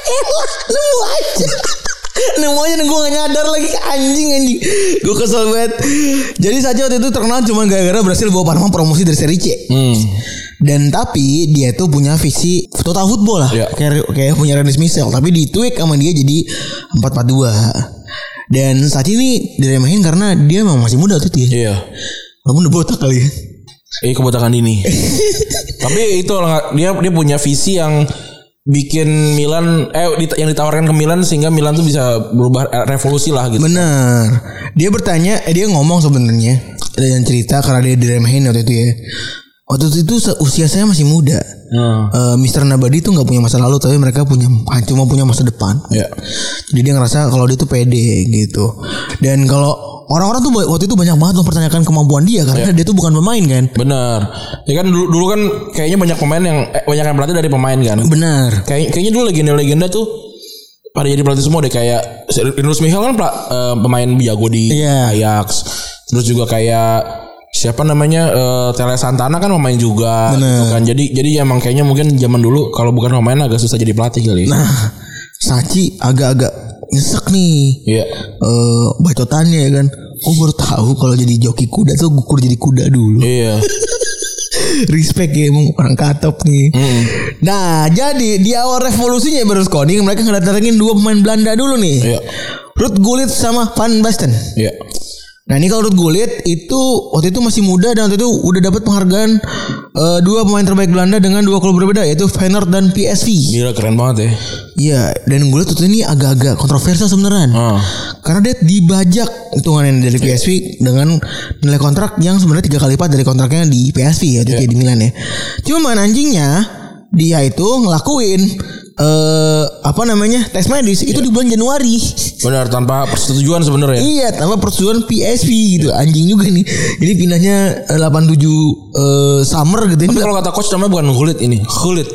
Speaker 2: Elah Nemu aja Nemu aja gue gak nyadar lagi Anjing anjing Gue kesel banget Jadi Sachi waktu itu terkenal Cuma gara-gara berhasil bawa Parma promosi dari seri C
Speaker 3: hmm.
Speaker 2: Dan tapi dia tuh punya visi total football lah.
Speaker 3: Iya.
Speaker 2: Kayak, kayak punya Rennes Michel. Tapi di tweak sama dia jadi 4-4-2. Dan saat ini diremehin karena dia memang masih muda tuh dia.
Speaker 3: iya
Speaker 2: Walaupun udah botak kali ya.
Speaker 3: eh kebotakan ini tapi itu lah, dia dia punya visi yang bikin Milan eh dit- yang ditawarkan ke Milan sehingga Milan tuh bisa berubah eh, revolusi lah gitu
Speaker 2: Bener. Dia bertanya, eh, dia ngomong sebenarnya dan cerita karena dia diremehin waktu itu ya. Waktu itu se- usia saya masih muda.
Speaker 3: Hmm.
Speaker 2: Eh, Mr. Nabadi tuh nggak punya masa lalu tapi mereka punya cuma punya masa depan.
Speaker 3: Iya.
Speaker 2: Jadi dia ngerasa kalau dia tuh pede gitu. Dan kalau orang-orang tuh waktu itu banyak banget mempertanyakan kemampuan dia karena dia tuh bukan pemain kan.
Speaker 3: bener ya kan dulu, dulu kan kayaknya banyak pemain yang eh, banyak yang berarti dari pemain kan
Speaker 2: Benar.
Speaker 3: Kayak, kayaknya dulu legenda-legenda tuh pada jadi pelatih semua deh kayak Rinus Michel kan pela- eh, pemain jago di
Speaker 2: Iya.
Speaker 3: Ajax. Terus juga kayak siapa namanya eh, Tele Santana kan pemain juga gitu kan. Jadi jadi emang kayaknya mungkin zaman dulu kalau bukan pemain agak susah jadi pelatih kali.
Speaker 2: Nah, Sachi agak-agak nyesek nih
Speaker 3: Iya.
Speaker 2: eh bacotannya ya kan gue baru tahu kalau jadi joki kuda tuh gue kudu jadi kuda dulu
Speaker 3: Iya.
Speaker 2: respect ya emang orang katop nih nah jadi di awal revolusinya Barus Koning mereka ngedatengin dua pemain Belanda dulu nih
Speaker 3: Iya.
Speaker 2: Ruud Gullit sama Van Basten
Speaker 3: Iya.
Speaker 2: nah ini kalau Ruud Gullit itu waktu itu masih muda dan waktu itu udah dapat penghargaan eh, dua pemain terbaik Belanda dengan dua klub berbeda yaitu Feyenoord dan PSV
Speaker 3: Gila keren banget ya.
Speaker 2: iya dan Gullit waktu itu ini agak-agak kontroversial sebenarnya
Speaker 3: Ah.
Speaker 2: Karena dia dibajak hitungannya dari PSV dengan nilai kontrak yang sebenarnya tiga kali lipat dari kontraknya di PSV ya waktu itu ya di Milan ya. Cuman anjingnya dia itu ngelakuin eh apa namanya tes medis itu di bulan Januari.
Speaker 3: Benar tanpa persetujuan sebenarnya.
Speaker 2: Iya, tanpa persetujuan PSV gitu. Anjing juga nih. Jadi pindahnya eh, 87 eh, summer gitu.
Speaker 3: Tapi kalau kata coach namanya bukan kulit ini, kulit.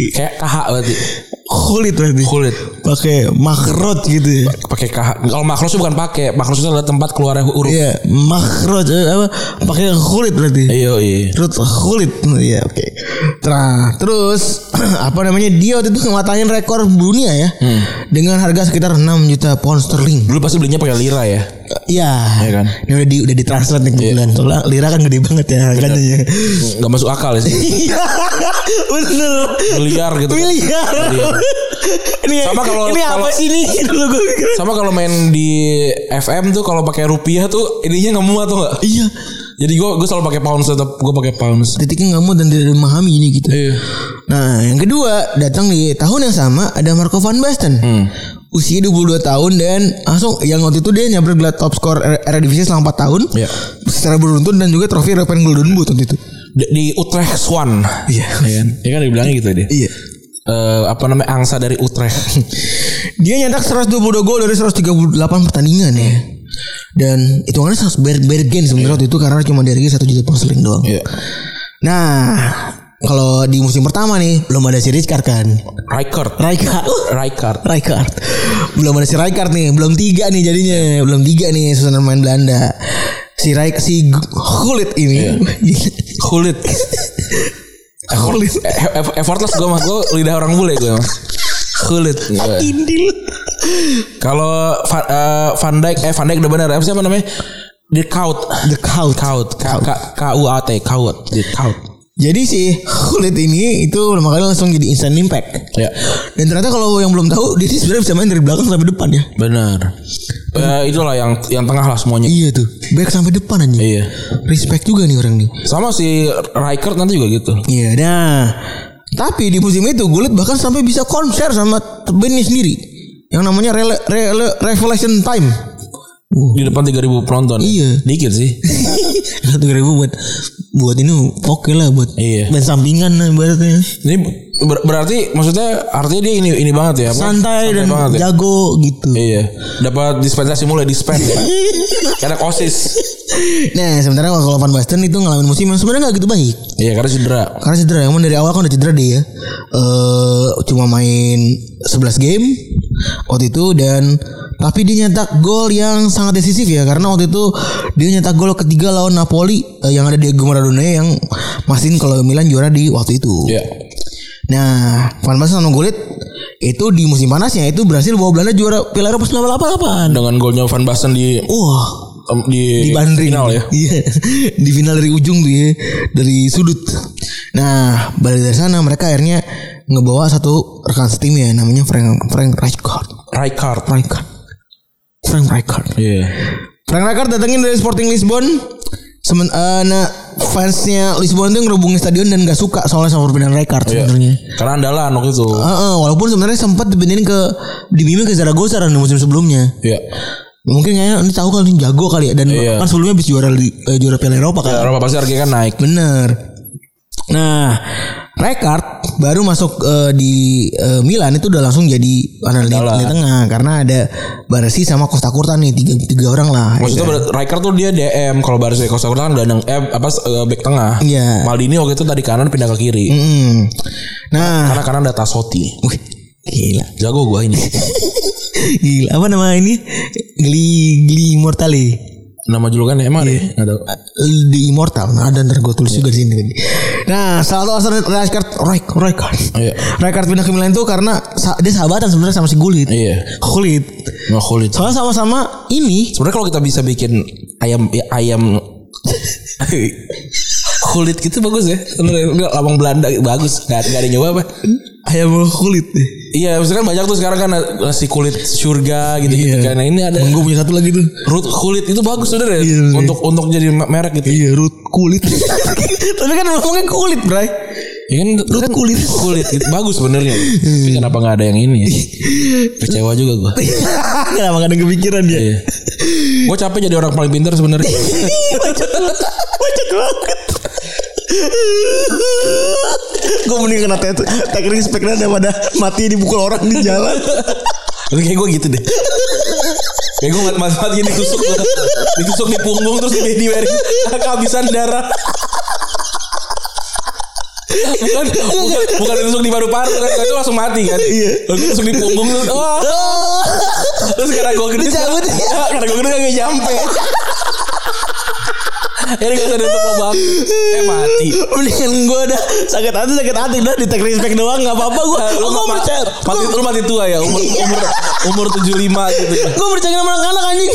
Speaker 3: Kayak KH berarti.
Speaker 2: Kulit berarti.
Speaker 3: Kulit.
Speaker 2: Pakai makrot gitu ya.
Speaker 3: Pakai KH. Kalau makros bukan pakai, makros itu adalah tempat keluarnya huruf.
Speaker 2: Iya, makrot eh, apa pakai kulit berarti.
Speaker 3: Iya, iya.
Speaker 2: Terus kulit ya oke. Nah, terus apa namanya dia waktu itu ngatakan rekor dunia ya. Dengan harga sekitar 6 juta pound sterling.
Speaker 3: Dulu pasti belinya pakai lira ya.
Speaker 2: Iya.
Speaker 3: Iya kan?
Speaker 2: Ini udah di udah ditranslate nih kebetulan. Soalnya lira kan gede banget ya harganya. ya.
Speaker 3: Gak masuk akal ya sih.
Speaker 2: Iya. Bener.
Speaker 3: Miliar gitu.
Speaker 2: Miliar. ini
Speaker 3: Sama kalau-
Speaker 2: ini apa
Speaker 3: kalau-
Speaker 2: sih ini? Gitu Dulu gue mikir.
Speaker 3: Sama kalau main di FM tuh kalau pakai rupiah tuh ininya nggak muat tuh nggak?
Speaker 2: Iya.
Speaker 3: Jadi gue gue selalu pakai pounds tetap gue pakai pounds.
Speaker 2: Titiknya nggak mau dan tidak memahami ini gitu.
Speaker 3: Iya.
Speaker 2: Nah, yang kedua datang di tahun yang sama ada Marco van Basten. Usia 22 tahun dan langsung yang waktu itu dia nyamper gelar top skor Eredivisie selama 4 tahun.
Speaker 3: Iya.
Speaker 2: Secara beruntun dan juga trofi European Golden Boot waktu itu.
Speaker 3: Di, di Utrecht Swan.
Speaker 2: Iya.
Speaker 3: kan? Iya kan dibilangnya gitu dia.
Speaker 2: Iya.
Speaker 3: Eh, apa namanya angsa dari Utrecht.
Speaker 2: Dia nyetak 122 gol dari 138 pertandingan ya. Dan hitungannya sangat ber bergen sebenarnya waktu itu karena cuma dari 1 juta pound sterling doang.
Speaker 3: Iya.
Speaker 2: Nah, kalau di musim pertama nih belum ada si Rijkaard kan.
Speaker 3: Rijkaard.
Speaker 2: Rijkaard.
Speaker 3: Rijkaard.
Speaker 2: Rijkaard belum ada si Rijkaard nih belum tiga nih jadinya belum tiga nih susunan main Belanda si Rijk si G- kulit ini
Speaker 3: Kulit.
Speaker 2: kulit
Speaker 3: E- e- effortless gue mah gue lidah orang bule gue mah. Kulit. Gua.
Speaker 2: indil
Speaker 3: Kalau Van, eh, Van Dijk eh Van Dijk udah benar. Apa siapa namanya? The Kaut.
Speaker 2: the cow
Speaker 3: Kaut. K K U A T. Kaut. The Kaut.
Speaker 2: jadi si kulit ini itu makanya langsung jadi instant impact
Speaker 3: Ya.
Speaker 2: dan ternyata kalau yang belum tahu dia sih sebenarnya bisa main dari belakang sampai depan ya
Speaker 3: Benar. Eh itulah yang yang tengah lah semuanya.
Speaker 2: iya tuh back sampai depan aja
Speaker 3: Iya.
Speaker 2: respect juga nih orang nih
Speaker 3: Sama si Rijkaard nanti juga gitu.
Speaker 2: iya nah tapi di musim itu Gullit bahkan sampai bisa konser sama bandnya sendiri yang namanya Rele- Rele- Revelation Time
Speaker 3: Di depan 3000 penonton.
Speaker 2: Iya.
Speaker 3: Dikit sih.
Speaker 2: satu ribu buat buat ini oke lah buat
Speaker 3: Iya.
Speaker 2: band sampingan lah ibaratnya
Speaker 3: Jadi ber- berarti maksudnya artinya dia ini ini banget ya. apa?
Speaker 2: santai dan
Speaker 3: banget ya.
Speaker 2: jago gitu
Speaker 3: Iya. Dapat dispensasi mulai dispen. karena kosis.
Speaker 2: nah sementara kalau Van Basten itu ngalamin musim yang sebenarnya nggak gitu baik
Speaker 3: Iya, karena cedera.
Speaker 2: karena cedera yang dari awal kan udah cedera dia ya Eh, cuma main 11 game waktu itu dan tapi dia nyetak gol yang sangat decisif ya karena waktu itu dia nyetak gol ketiga lawan Napoli eh, yang ada Diego Maradona yang mastiin kalau Milan juara di waktu itu.
Speaker 3: Iya.
Speaker 2: Nah, Van Basten sama Gullit itu di musim panasnya itu berhasil bawa Belanda juara Piala Eropa 1988.
Speaker 3: Dengan golnya Van Basten di
Speaker 2: Wah,
Speaker 3: em, di,
Speaker 2: di bandring
Speaker 3: final ya.
Speaker 2: Iya, di final dari ujung tuh ya, dari sudut. Nah, balik dari sana mereka akhirnya ngebawa satu rekan setim ya namanya Frank Frank Rijkaard.
Speaker 3: Rijkaard.
Speaker 2: Rijkaard. Frank Rijkaard.
Speaker 3: Iya.
Speaker 2: Frank Rijkaard datangin dari Sporting Lisbon. Semen, eh, nah, fansnya Lisbon tuh ngerubungin stadion dan gak suka soalnya sama perpindahan Rijkaard
Speaker 3: Iya.
Speaker 2: sebenarnya.
Speaker 3: Karena andalan waktu itu.
Speaker 2: Heeh, walaupun sebenarnya sempat dipindahin ke dibimbing ke Zaragoza kan di musim sebelumnya.
Speaker 3: Iya.
Speaker 2: Mungkin kayaknya ini tahu kali ini jago kali ya dan
Speaker 3: Iya.
Speaker 2: kan sebelumnya habis juara li- eh, juara Piala Eropa kan.
Speaker 3: Eropa pasti harganya kan naik.
Speaker 2: Bener. Nah, Rekard baru masuk eh, di eh, Milan itu udah langsung jadi analis di tengah karena ada Baresi sama Costa Curta nih tiga tiga orang lah.
Speaker 3: Maksudnya ber- Rijkaard tuh dia DM kalau baris Costa Curta kan gelandang eh apa eh, back tengah.
Speaker 2: Iya.
Speaker 3: Maldini waktu itu tadi kanan pindah ke kiri.
Speaker 2: Mm. Nah,
Speaker 3: Karena kanan data Soti.
Speaker 2: wih, gila.
Speaker 3: Jago gua ini.
Speaker 2: Gila apa nama ini? Gli Gli Mortale.
Speaker 3: Nama julukannya emang
Speaker 2: Iya.
Speaker 3: deh. Nggak tahu.
Speaker 2: di Immortal. Nah, ada ntar gue tulis juga di sini. tadi. Nah, salah satu alasan Rijkaard, Rijk, Rijkaard,
Speaker 3: Iya.
Speaker 2: Rijkaard pindah ke Milan itu karena sa- dia sahabatan sebenarnya sama si Gullit.
Speaker 3: Iya.
Speaker 2: Gullit.
Speaker 3: Nggak kulit.
Speaker 2: Soalnya sama-sama ini.
Speaker 3: Sebenarnya kalau kita bisa bikin ayam ya, ayam kulit gitu bagus ya. Bener, Enggak lambang Belanda bagus. Enggak ada yang nyoba apa.
Speaker 2: Ayam kulit nih.
Speaker 3: Iya, maksudnya kan banyak tuh sekarang kan nasi kulit surga gitu gitu.
Speaker 2: Iya.
Speaker 3: Karena ini ada
Speaker 2: Emang gue punya satu lagi tuh.
Speaker 3: root kulit itu bagus sudah ya.
Speaker 2: Iya,
Speaker 3: untuk untuk jadi me- merek gitu.
Speaker 2: Iya, root kulit. Tapi kan ngomongnya kulit, Bray.
Speaker 3: Ya kan root kulit kulit gitu. bagus sebenarnya.
Speaker 2: Iya.
Speaker 3: Tapi kenapa nggak ada yang ini? ya? Kecewa juga gua.
Speaker 2: Kenapa gak ada kepikiran ya?
Speaker 3: Iya. Gue capek jadi orang paling pintar sebenarnya.
Speaker 2: Bacot banget. gue mending kena tet- teknik speknya daripada mati dipukul orang di jalan.
Speaker 3: Tapi kayak gue gitu deh. Kayak gue mati-mati gini ditusuk gua. Ditusuk di punggung terus di di wearing kehabisan darah. Bukan, bukan, bukan ditusuk di paru-paru kan itu langsung mati kan.
Speaker 2: Iya.
Speaker 3: Lalu ditusuk di punggung terus wah. Terus karena gue gede
Speaker 2: Dicabut.
Speaker 3: Karena gue gede gak nyampe Ini gak usah ditutup lubang Eh mati
Speaker 2: Mendingan gue udah sakit hati sakit hati udah di teknik spek doang Nah, nggak apa-apa gue.
Speaker 3: Lu
Speaker 2: gue
Speaker 3: ma-
Speaker 2: percaya.
Speaker 3: mati, lu mati tua ya Umur, umur, umur 75 gitu ya
Speaker 2: Gue percaya sama anak-anak anjing.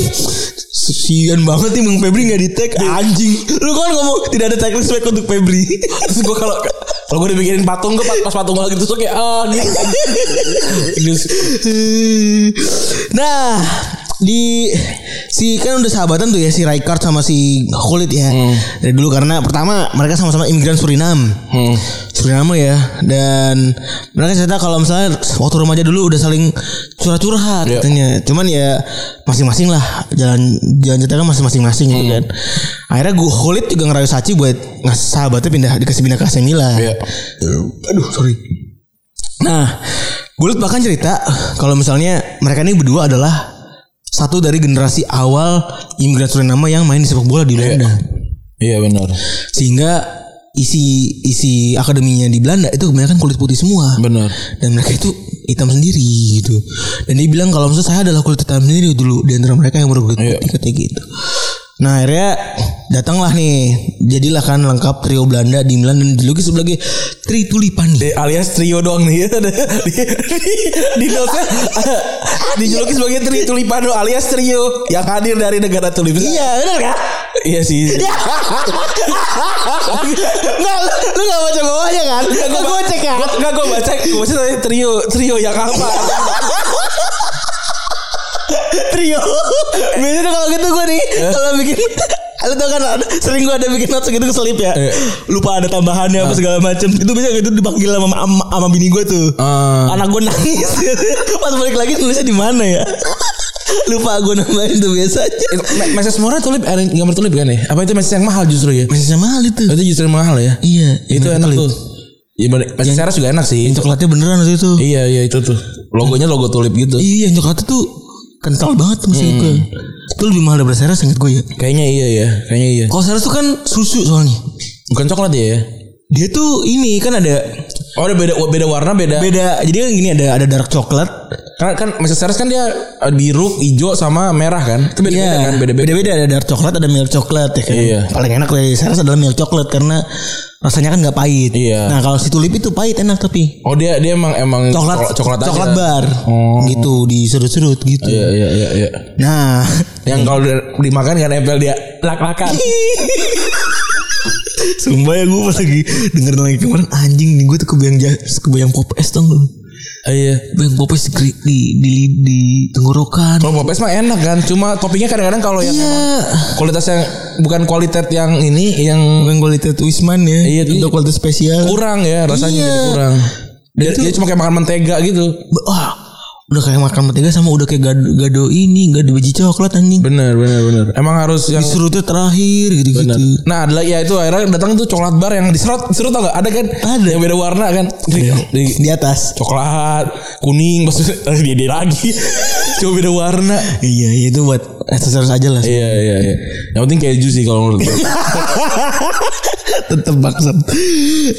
Speaker 2: Sian banget nih Bang Febri gak di tag anjing. Lu kan ngomong tidak ada teknik spek untuk Febri.
Speaker 3: Terus gue kalau kalau gue dibikinin patung gue pas, pas patung gue gitu tuh kayak ah gitu. Terus,
Speaker 2: nah di si kan udah sahabatan tuh ya si Raikard sama si Kulit ya dari dulu karena pertama mereka sama-sama imigran Suriname
Speaker 3: hmm.
Speaker 2: Suriname ya dan mereka cerita kalau misalnya waktu remaja dulu udah saling curhat-curhat
Speaker 3: Iya.
Speaker 2: katanya cuman ya masing-masing lah jalan jalan ceritanya masih masing-masing
Speaker 3: Hmm.
Speaker 2: gitu kan akhirnya gue Kulit juga ngerayu Sachi buat ngasih sahabatnya pindah dikasih pindah ke AC Milan
Speaker 3: Iya.
Speaker 2: aduh sorry Nah, Gulit bahkan cerita kalau misalnya mereka ini berdua adalah satu dari generasi awal imigran Suriname yang main di sepak bola di Belanda.
Speaker 3: Iya benar.
Speaker 2: Sehingga isi isi akademinya di Belanda itu kebanyakan kulit putih semua.
Speaker 3: Benar.
Speaker 2: Dan mereka itu hitam sendiri gitu. Dan dia bilang kalau misalnya saya adalah kulit hitam sendiri dulu di antara mereka yang berkulit
Speaker 3: Iya.
Speaker 2: putih katanya gitu. Nah akhirnya datanglah nih jadilah kan lengkap trio Belanda di Milan dan dilukis sebagai Tri Tulipani.
Speaker 3: alias trio doang nih. di di notesnya, eh, dijuluki sebagai tri tulipano alias trio yang hadir dari negara tulip.
Speaker 2: Iya benar kan?
Speaker 3: Iya sih.
Speaker 2: Nggak, lu- lu gak baca bawahnya kan? Gak gue cek kan?
Speaker 3: Enggak gue baca, gue baca tadi trio trio yang apa?
Speaker 2: Trio Biasanya kalau gitu gue nih Kalau bikin Lu tau kan ada- sering gue ada bikin notes gitu keselip ya
Speaker 3: Eh.
Speaker 2: Lupa ada tambahannya apa segala macem Itu biasanya itu dipanggil sama, sama, sama bini gue tuh
Speaker 3: Ah.
Speaker 2: Anak gue nangis Pas balik lagi tulisnya di mana ya Lupa gue nambahin tuh biasanya
Speaker 3: Meses murah tulip, ada gambar tulip kan ya? Apa itu meses yang mahal justru ya?
Speaker 2: Masih sama hal itu
Speaker 3: Itu justru yang mahal ya?
Speaker 2: Iya
Speaker 3: Itu
Speaker 2: yang
Speaker 3: enak
Speaker 2: tulip. Iya,
Speaker 3: tuh. Ya, meses seras juga enak sih.
Speaker 2: Yang coklatnya beneran waktu itu
Speaker 3: Iya iya itu tuh logonya logo tulip gitu.
Speaker 2: Iya yang coklatnya tuh kental banget masih gue. Itu lebih mahal daripada seres ingat gue ya.
Speaker 3: Kayaknya iya ya, kayaknya iya.
Speaker 2: Kalau seres tuh kan susu soalnya.
Speaker 3: Bukan coklat ya?
Speaker 2: Dia tuh ini kan ada
Speaker 3: Oh ada beda beda warna beda.
Speaker 2: beda. Jadi kan gini ada ada dark coklat.
Speaker 3: Karena kan masih series kan dia eh, biru, hijau sama merah kan. Itu beda beda
Speaker 2: Iya.
Speaker 3: kan beda beda.
Speaker 2: Beda-beda ada dark coklat ada milk coklat ya kan.
Speaker 3: Iya.
Speaker 2: Paling enak dari seres adalah milk coklat karena rasanya kan nggak pahit.
Speaker 3: Iya.
Speaker 2: Nah kalau si tulip itu pahit enak tapi
Speaker 3: Oh dia dia emang emang
Speaker 2: coklat
Speaker 3: coklat, coklat aja. Oh.
Speaker 2: bar gitu diserut-serut gitu.
Speaker 3: Iya iya iya iya.
Speaker 2: Nah
Speaker 3: Yang kalau di- dimakan kan nempel dia lak-lakan.
Speaker 2: Iya. Sumpah ya gue pas lagi dengerin lagi kemarin anjing nih gue tuh kebayang ja- kebayang pop es tau gak lu?
Speaker 3: iya.
Speaker 2: Bang Popes di di di, di tenggorokan.
Speaker 3: Kalau popes mah enak kan. Cuma toppingnya kadang-kadang kalau yang
Speaker 2: Iya.
Speaker 3: kualitas yang bukan kualitas yang ini yang
Speaker 2: Bukan kualitas Wisman ya.
Speaker 3: Iya,
Speaker 2: untuk
Speaker 3: iya.
Speaker 2: kualitas spesial.
Speaker 3: kurang ya rasanya
Speaker 2: Iya.
Speaker 3: jadi kurang. Dia,
Speaker 2: itu-
Speaker 3: dia cuma kayak makan mentega gitu.
Speaker 2: Wah, ah, udah kayak makan mentega sama udah kayak gado, gado ini, gado biji coklat anjing.
Speaker 3: Bener bener bener. Emang harus yang
Speaker 2: Serutnya terakhir
Speaker 3: Bener.
Speaker 2: gitu-gitu.
Speaker 3: Nah, adalah ya itu akhirnya datang tuh coklat bar yang diserut serut tau gak? Ada kan?
Speaker 2: Ada.
Speaker 3: Yang beda warna kan? Di, di-
Speaker 2: Ya, Di atas.
Speaker 3: coklat, kuning, maksudnya eh, dia, dia lagi. Cuma beda warna.
Speaker 2: Iya, iya itu buat aksesoris aja lah.
Speaker 3: Iya iya iya. Yang penting keju sih kalau menurut gue.
Speaker 2: Tetep bangsat.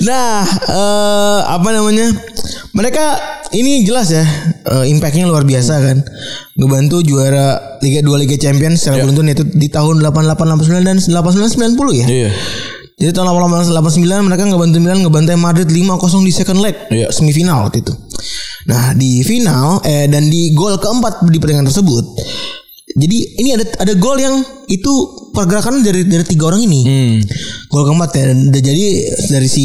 Speaker 2: Nah, eh apa namanya? Mereka ini jelas ya eh, impactnya luar biasa kan ngebantu juara Liga 2 Liga Champions
Speaker 3: Iya.
Speaker 2: secara beruntun itu di tahun 88 89 dan 89 90 ya
Speaker 3: Iya.
Speaker 2: jadi tahun 88 89 mereka ngebantu Milan ngebantai Madrid 5-0 di second leg
Speaker 3: Iya.
Speaker 2: semifinal waktu itu. Nah di final eh, dan di gol keempat di pertandingan tersebut. Jadi ini ada ada gol yang itu pergerakan dari dari tiga orang ini.
Speaker 3: Hmm.
Speaker 2: Gol keempat ya. Dan Jadi dari si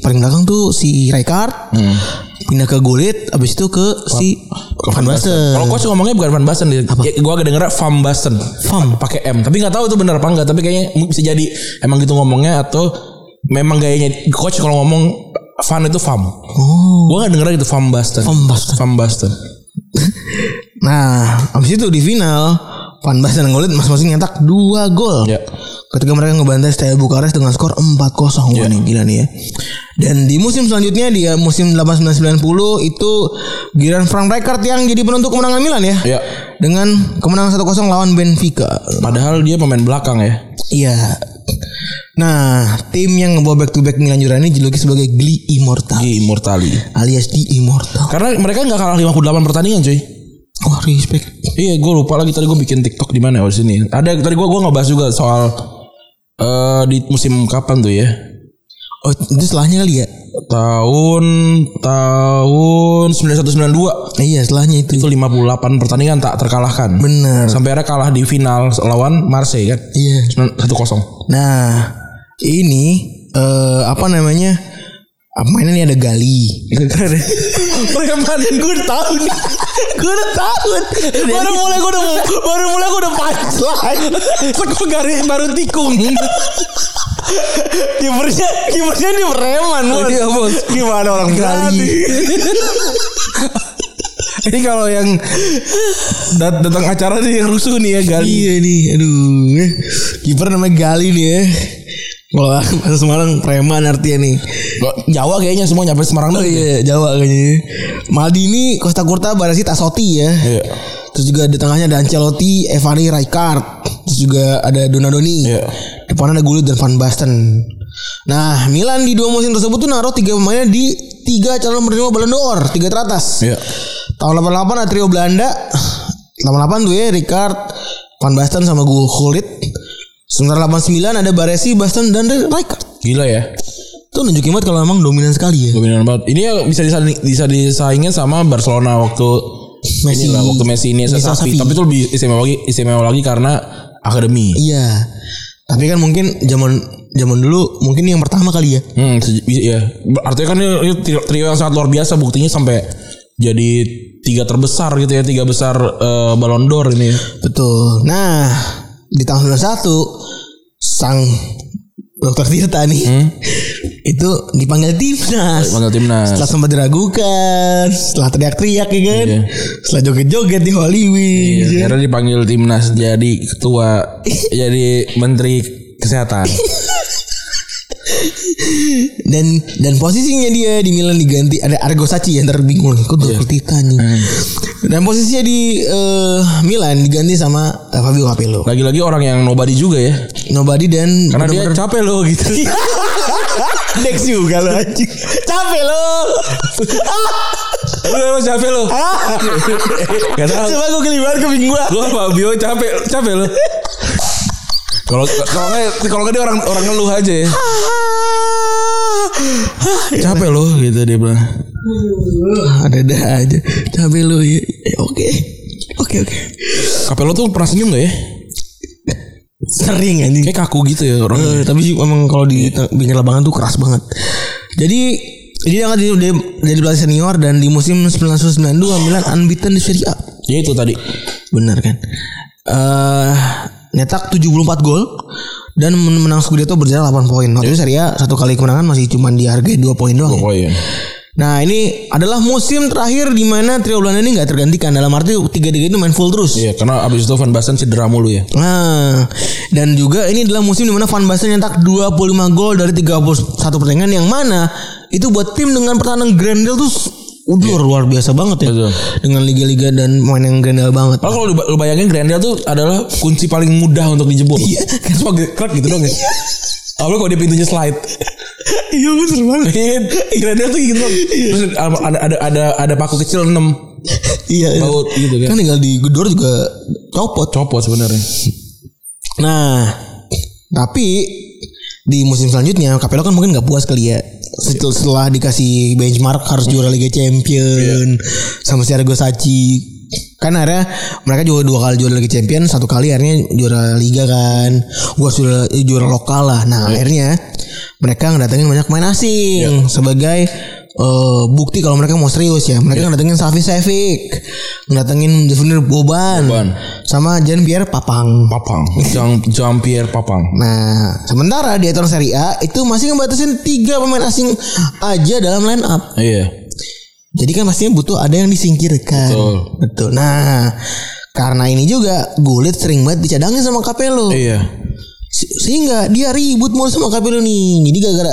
Speaker 2: paling belakang tuh si Rijkaard pindah ke Gullit, abis itu ke si Van Basten.
Speaker 3: Kalau coach ngomongnya bukan Van Basten dia. Ya, gua agak dengernya Van Basten.
Speaker 2: Van.
Speaker 3: pakai M. Tapi nggak tahu itu benar apa enggak, tapi kayaknya bisa jadi emang gitu ngomongnya atau memang gayanya coach kalau ngomong Van itu Van.
Speaker 2: Oh.
Speaker 3: Gua nggak dengernya itu Van Basten.
Speaker 2: Van Basten.
Speaker 3: Van Basten.
Speaker 2: Nah, abis itu di final Van Basten dan Gullit masing-masing nyetak 2 gol.
Speaker 3: Ya.
Speaker 2: Ketika mereka ngebantai Steaua Bukares dengan skor 4-0. Wah,
Speaker 3: Ya.
Speaker 2: nih gila nih ya. Dan di musim selanjutnya di eh, musim 8990 itu giliran Frank Rijkaard yang jadi penentu kemenangan Milan ya.
Speaker 3: Ya.
Speaker 2: Dengan kemenangan 1-0 lawan Benfica.
Speaker 3: Padahal dia pemain belakang ya.
Speaker 2: Iya. Nah, tim yang ngebawa back to back Milan Jurani dijuluki sebagai Gli Immortal
Speaker 3: Di Immortali.
Speaker 2: alias The Immortal.
Speaker 3: Karena mereka nggak kalah 58 pertandingan, cuy.
Speaker 2: Wah, respect.
Speaker 3: Iya, gue lupa lagi tadi gue bikin TikTok di mana ya, di sini. Ada tadi gue gua ngebahas juga soal eh di musim kapan tuh ya?
Speaker 2: Oh, itu setelahnya kali ya?
Speaker 3: Tahun tahun 9192
Speaker 2: Eh, iya, setelahnya itu.
Speaker 3: itu 58 pertandingan tak terkalahkan.
Speaker 2: Bener.
Speaker 3: Sampai akhirnya kalah di final lawan Marseille kan.
Speaker 2: Iya.
Speaker 3: 1-0.
Speaker 2: Nah, ini eh apa namanya? Apa mainnya nih ada gali.
Speaker 3: Oh, Peremanen gue udah tahu nih. Gue udah tahu. Baru mulai gue udah baru mulai gue udah punchline. Kok gue garis baru tikung.
Speaker 2: Kipernya kipernya di preman, Bos.
Speaker 3: Iya, Bos.
Speaker 2: Gimana orang
Speaker 3: Gali.
Speaker 2: gali?
Speaker 3: Ini kalau yang dat- datang acara nih yang rusuh nih ya Gali.
Speaker 2: Iya nih, aduh. Kiper namanya Gali nih ya. Kalau bahasa Semarang preman artinya nih.
Speaker 3: Jawa kayaknya semua nyampe Semarang
Speaker 2: Oh
Speaker 3: dulu.
Speaker 2: iya, Jawa kayaknya. Maldini, Costa Curta, Barasi, Tasotti ya.
Speaker 3: Iya.
Speaker 2: Terus juga di tengahnya ada Ancelotti, Evari, Rijkaard. Terus juga ada Donadoni.
Speaker 3: Iya.
Speaker 2: Depannya ada Gullit dan Van Basten. Nah, Milan di dua musim tersebut tuh naruh tiga pemainnya di tiga calon penerima Ballon d'Or, tiga teratas.
Speaker 3: Iya.
Speaker 2: Tahun 88 ada trio Belanda. 88 tuh ya Rijkaard, Van Basten sama gue Gullit. Sementara 89 ada Baresi, Basten dan Rijkaard.
Speaker 3: Gila ya.
Speaker 2: Itu nunjukin banget kalau emang dominan sekali ya.
Speaker 3: Dominan banget. Ini ya bisa disaing, bisa disaingin sama Barcelona waktu
Speaker 2: Messi.
Speaker 3: inilah, waktu Messi ini
Speaker 2: Iniesta,
Speaker 3: Safi.
Speaker 2: Xavi.
Speaker 3: Tapi itu lebih istimewa lagi, istimewa lagi karena akademi.
Speaker 2: Iya. Tapi kan mungkin zaman zaman dulu mungkin yang pertama kali ya.
Speaker 3: Hmm, se- iya. Artinya kan ini, ini tri- trio yang sangat luar biasa buktinya sampai jadi tiga terbesar gitu ya, tiga besar eh, Ballon d'Or ini. ya.
Speaker 2: Betul. Nah, di tahun 91 sang Dokter Tirta nih itu dipanggil timnas.
Speaker 3: Panggil Hmm? timnas.
Speaker 2: Setelah sempat diragukan, setelah teriak-teriak ya kan,
Speaker 3: Iya.
Speaker 2: setelah joget-joget di Hollywood. ya.
Speaker 3: Iya, akhirnya dipanggil timnas jadi ketua, jadi menteri kesehatan.
Speaker 2: Dan dan posisinya dia di Milan diganti ada Argo Sacchi yang terbingung nih, kok
Speaker 3: Iya.
Speaker 2: Dokter Tirta nih.
Speaker 3: Hmm.
Speaker 2: Dan posisinya di eh, Milan diganti sama eh, Fabio Capello.
Speaker 3: Lagi-lagi orang yang nobody juga ya,
Speaker 2: Nobody dan
Speaker 3: karena dia capek loh gitu.
Speaker 2: Dex juga lo anjing. Capek lo.
Speaker 3: Lu emang Iya, capek loh. Gak tahu.
Speaker 2: Ah, Coba gue kelibat ke Ah. gua.
Speaker 3: Gue Fabio capek capek loh. Kalau kalau nggak kalau nggak dia orang orang ngeluh aja ya. Capek loh gitu dia bilang.
Speaker 2: Ada ada aja. Capek lo. Ya, Eh, oke. Oke oke.
Speaker 3: Capek lo tuh pernah senyum gak ya?
Speaker 2: Sering anjing.
Speaker 3: Kayak kaku gitu ya orang.
Speaker 2: Eh, tapi sih emang kalau di ta- pinggir lapangan tuh keras banget. Jadi jadi angkat jadi jadi pelatih senior dan di musim 1992 Milan unbeaten di Serie A.
Speaker 3: Ya itu tadi.
Speaker 2: Benar kan? Eh nyetak 74 gol dan men- menang Scudetto berjarak 8 poin. Waktu itu Serie A satu kali kemenangan masih cuma dihargai 2 Iya. poin doang. ya.
Speaker 3: Pokoknya.
Speaker 2: Nah ini adalah musim terakhir di mana trio Belanda ini nggak tergantikan dalam arti tiga-tiga itu main full terus.
Speaker 3: Iya karena abis itu Van Basten cedera mulu ya.
Speaker 2: Nah, dan juga ini adalah musim di mana Van Basten nyetak 25 gol dari 31 pertandingan yang mana itu buat tim dengan pertahanan Grendel tuh s- udah luar biasa banget ya.
Speaker 3: Betul.
Speaker 2: Dengan liga-liga dan pemain yang Grendel banget.
Speaker 3: Kalau kalau lu ba- lu bayangin Grendel tuh adalah kunci Iya. paling mudah untuk dijebol. Iya. Kan cuma gerak gitu dong ya. Apalagi kalau dia pintunya slide.
Speaker 2: Iya bener banget. Iya.
Speaker 3: Gradel tuh gitu. Terus ada ada ada ada paku kecil 6
Speaker 2: Iya.
Speaker 3: Baut gitu kan.
Speaker 2: Kan tinggal digedor juga copot.
Speaker 3: copot sebenarnya.
Speaker 2: Nah, tapi di musim selanjutnya Capello kan mungkin nggak puas kali ya. Setel- Setelah dikasih benchmark harus juara Liga Champion sama Sergio Sachi. Kan akhirnya mereka juga dua kali juara Liga Champion, satu kali akhirnya juara Liga kan. Gua sudah eh, juara lokal lah. Nah, akhirnya mereka ngedatengin banyak pemain asing sebagai eh, bukti kalau mereka mau serius ya. Mereka ngedatengin Safi Savic, ngedatengin Devinir Boban,
Speaker 3: Boban.
Speaker 2: sama Jean Pierre Papang.
Speaker 3: Papang. Jean, Jean Pierre Papang.
Speaker 2: Nah, sementara di aturan Serie A itu masih ngebatasin tiga pemain asing aja dalam line up.
Speaker 3: Iya.
Speaker 2: Jadi kan pastinya butuh ada yang disingkirkan.
Speaker 3: Betul.
Speaker 2: Betul. Nah, karena ini juga Gullit sering banget dicadangin sama Capello.
Speaker 3: Iya.
Speaker 2: Se- Sehingga dia ribut mulu sama Capello nih. Jadi gara-gara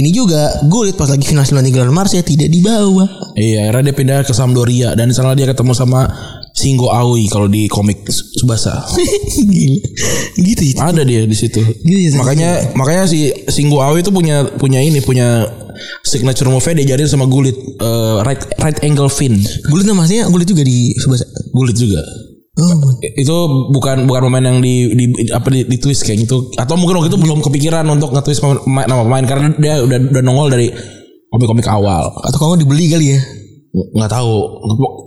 Speaker 2: ini juga Gullit pas lagi final 93 lawan Marseille tidak dibawa.
Speaker 3: Iya, akhirnya dia pindah ke Sampdoria dan di sana dia ketemu sama Shingo Aoi kalau di komik Subasa.
Speaker 2: Gila. Gitu gitu.
Speaker 3: Ada dia di situ.
Speaker 2: Iya, iya,
Speaker 3: makanya makanya si Shingo Aoi itu punya punya ini punya signature move dia jadiin sama Gulit eh, right right angle fin.
Speaker 2: Gullit namanya Gullit juga di Subasa.
Speaker 3: Gulit juga.
Speaker 2: Oh,
Speaker 3: Itu bukan bukan pemain yang di, di apa di, di twist kayak gitu atau mungkin waktu itu belum kepikiran untuk nge-twist pemain- pemain- nama pemain karena dia udah udah nongol dari komik-komik awal.
Speaker 2: atau kalau nggak dibeli kali ya.
Speaker 3: nggak tahu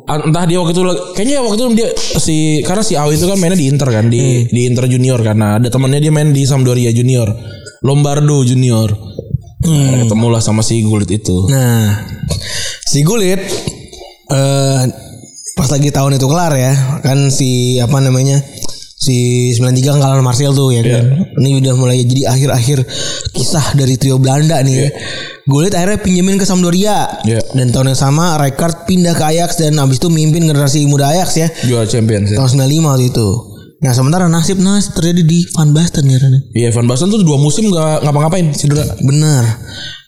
Speaker 3: entah dia waktu itu kayaknya waktu itu dia si karena si Awi itu kan mainnya di Inter kan
Speaker 2: Hmm.
Speaker 3: di di Inter Junior karena ada temannya dia main di Sampdoria Junior Lombardo Junior Akhirnya ketemu lah sama si Gullit itu
Speaker 2: Hmm. Nah, si Gulit eh pas lagi tahun itu kelar ya, kan si apa namanya? Si 93 kan kalah sama Marcel tuh ya kan.
Speaker 3: Iya.
Speaker 2: Ini udah mulai jadi akhir-akhir kisah dari trio Belanda nih. ya. Gullit akhirnya pinjemin ke Sampdoria.
Speaker 3: Iya.
Speaker 2: Dan tahun yang sama Rijkaard pindah ke Ajax dan abis itu mimpin generasi muda Ajax ya.
Speaker 3: juara champion sih.
Speaker 2: Tahun 95 waktu itu. Nah, sementara nasib nasib terjadi di Van Basten ya. Ren.
Speaker 3: Iya Van Basten tuh dua musim nggak ngapa-ngapain cedera.
Speaker 2: Bener.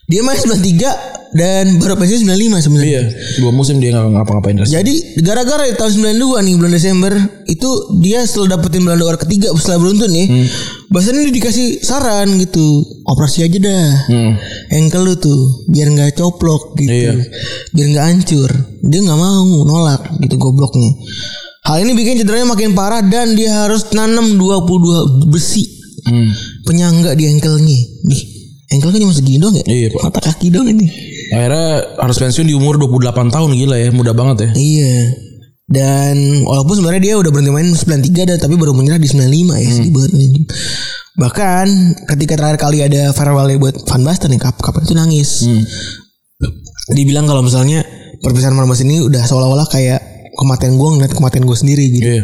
Speaker 2: Dia main 93 dan baru pensiun 95 sebenarnya.
Speaker 3: Iya dua musim dia nggak ngapa-ngapain.
Speaker 2: Jadi gara-gara di tahun 92 nih bulan Desember itu dia setelah dapetin Belanda Award ketiga setelah beruntun nih.
Speaker 3: Hmm.
Speaker 2: Bahasanya dia dikasih saran gitu, operasi aja dah.
Speaker 3: Hmm.
Speaker 2: Engkel lu tuh biar nggak coplok gitu.
Speaker 3: Iya.
Speaker 2: Biar nggak hancur. Dia nggak mau nolak gitu gobloknya. Hal ini bikin cederanya makin parah dan dia harus nanam 22 besi
Speaker 3: Hmm.
Speaker 2: penyangga di engkelnya. Nih, engkelnya cuma segini doang ya?
Speaker 3: Iya, Pak.
Speaker 2: Mata kaki doang ini.
Speaker 3: Akhirnya harus pensiun di umur 28 tahun gila ya muda banget ya.
Speaker 2: Iya. Dan walaupun sebenarnya dia udah berhenti main 93 dan tapi baru menyerah di 95 ya sedih banget nih. Bahkan ketika terakhir kali ada farewell buat Van Basten nih kap kapal itu nangis. Dibilang kalau misalnya perpisahan Van Basten ini udah seolah-olah kayak kematian gue ngeliat kematian gue sendiri gitu.
Speaker 3: Iya.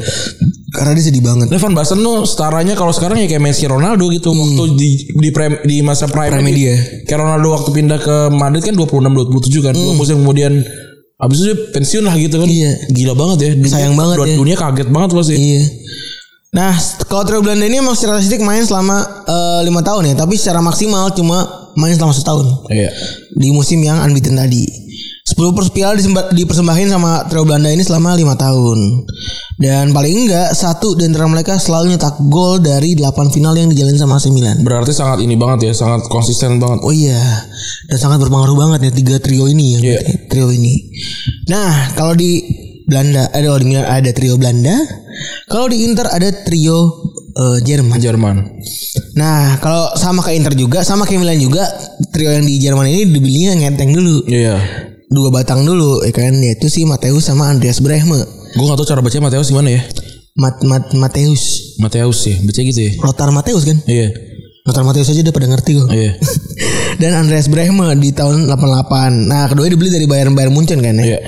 Speaker 2: Karena dia sedih banget.
Speaker 3: Nah, Van Basten tuh setaranya kalau sekarang ya kayak Messi Ronaldo gitu waktu di di, prem- di masa prime,
Speaker 2: Prime dia.
Speaker 3: Kayak Ronaldo waktu pindah ke Madrid kan 26 27 kan. Dua musim kemudian habis itu dia pensiun lah gitu kan.
Speaker 2: Iya.
Speaker 3: Gila banget ya. Dunia,
Speaker 2: Sayang banget
Speaker 3: dunia,
Speaker 2: ya.
Speaker 3: Dunia kaget banget pasti.
Speaker 2: Iya. Nah, st- kalau Trio Belanda ini emang secara statistik main selama eh, lima tahun ya, tapi secara maksimal cuma main selama setahun.
Speaker 3: Iya.
Speaker 2: di musim yang unbeaten tadi. 10 perspial disemba- dipersembahin sama Trio Belanda ini selama lima tahun. Dan paling enggak satu di antara mereka selalu nyetak gol dari 8 final yang dijalin sama AC Milan.
Speaker 3: Berarti sangat ini banget ya, sangat konsisten banget.
Speaker 2: Oh iya, dan sangat berpengaruh banget ya tiga trio ini ya,
Speaker 3: Iya.
Speaker 2: trio ini. Nah, kalau di Belanda ada di Milan ada trio Belanda, kalau di Inter ada trio eh, Jerman.
Speaker 3: Jerman.
Speaker 2: Nah, kalau sama ke Inter juga, sama ke Milan juga, trio yang di Jerman ini dibelinya ngenteng dulu
Speaker 3: Iya.
Speaker 2: dua batang dulu ya kan yaitu si Mateus sama Andreas Brehme
Speaker 3: Gue gak tau cara bacanya Mateus gimana ya.
Speaker 2: Mat Mat Mateus
Speaker 3: Mateus ya, bacanya gitu ya.
Speaker 2: Rotar Mateus kan
Speaker 3: Iya.
Speaker 2: Rotar Mateus aja udah pada ngerti kok
Speaker 3: Iya.
Speaker 2: dan Andreas Brehme di tahun 88 nah keduanya dibeli dari Bayern Bayern Munchen kan ya
Speaker 3: Iya.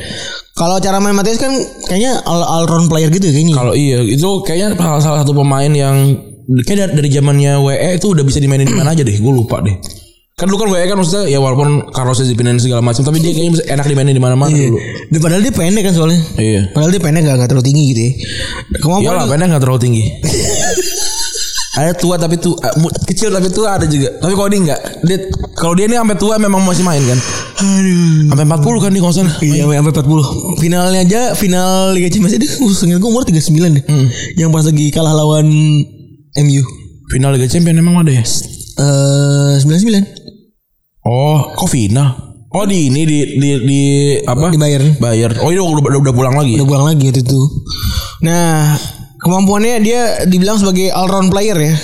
Speaker 2: kalau cara main Mateus kan kayaknya all, all round player gitu ya kayaknya
Speaker 3: Kalau iya, itu kayaknya salah, salah satu pemain yang kayak dari, dari zamannya WE itu udah bisa dimainin di mana aja deh. Gue lupa deh. Kan dulu kan WE kan maksudnya ya walaupun Carlosnya dipindahin segala macam, tapi dia kayaknya bisa enak dimainin di mana-mana dulu.
Speaker 2: Dan padahal dia pendek kan soalnya
Speaker 3: Iya.
Speaker 2: padahal dia pendek gak, gak terlalu tinggi gitu ya
Speaker 3: Iya lah,
Speaker 2: kemampuan
Speaker 3: pendek nggak terlalu tinggi. ada tua tapi tua eh, mu- kecil tapi tua ada juga tapi kalau dia enggak dia kalau dia ini sampai tua memang masih main kan
Speaker 2: aduh
Speaker 3: sampai 40 kan dia kalau nggak salah
Speaker 2: Iya, sampai sampai 40. Finalnya aja final Liga Champions itu usulnya gue umur 39 deh.
Speaker 3: Hmm.
Speaker 2: Yang pas lagi kalah lawan MU.
Speaker 3: final Liga Champions emang ada ya
Speaker 2: Eh 99.
Speaker 3: Oh, kok final? Oh di ini di di di apa?
Speaker 2: Di Bayern.
Speaker 3: Bayern. Oh, ini udah udah, udah pulang lagi.
Speaker 2: Udah pulang lagi itu tuh. Nah, kemampuannya dia dibilang sebagai all round player ya.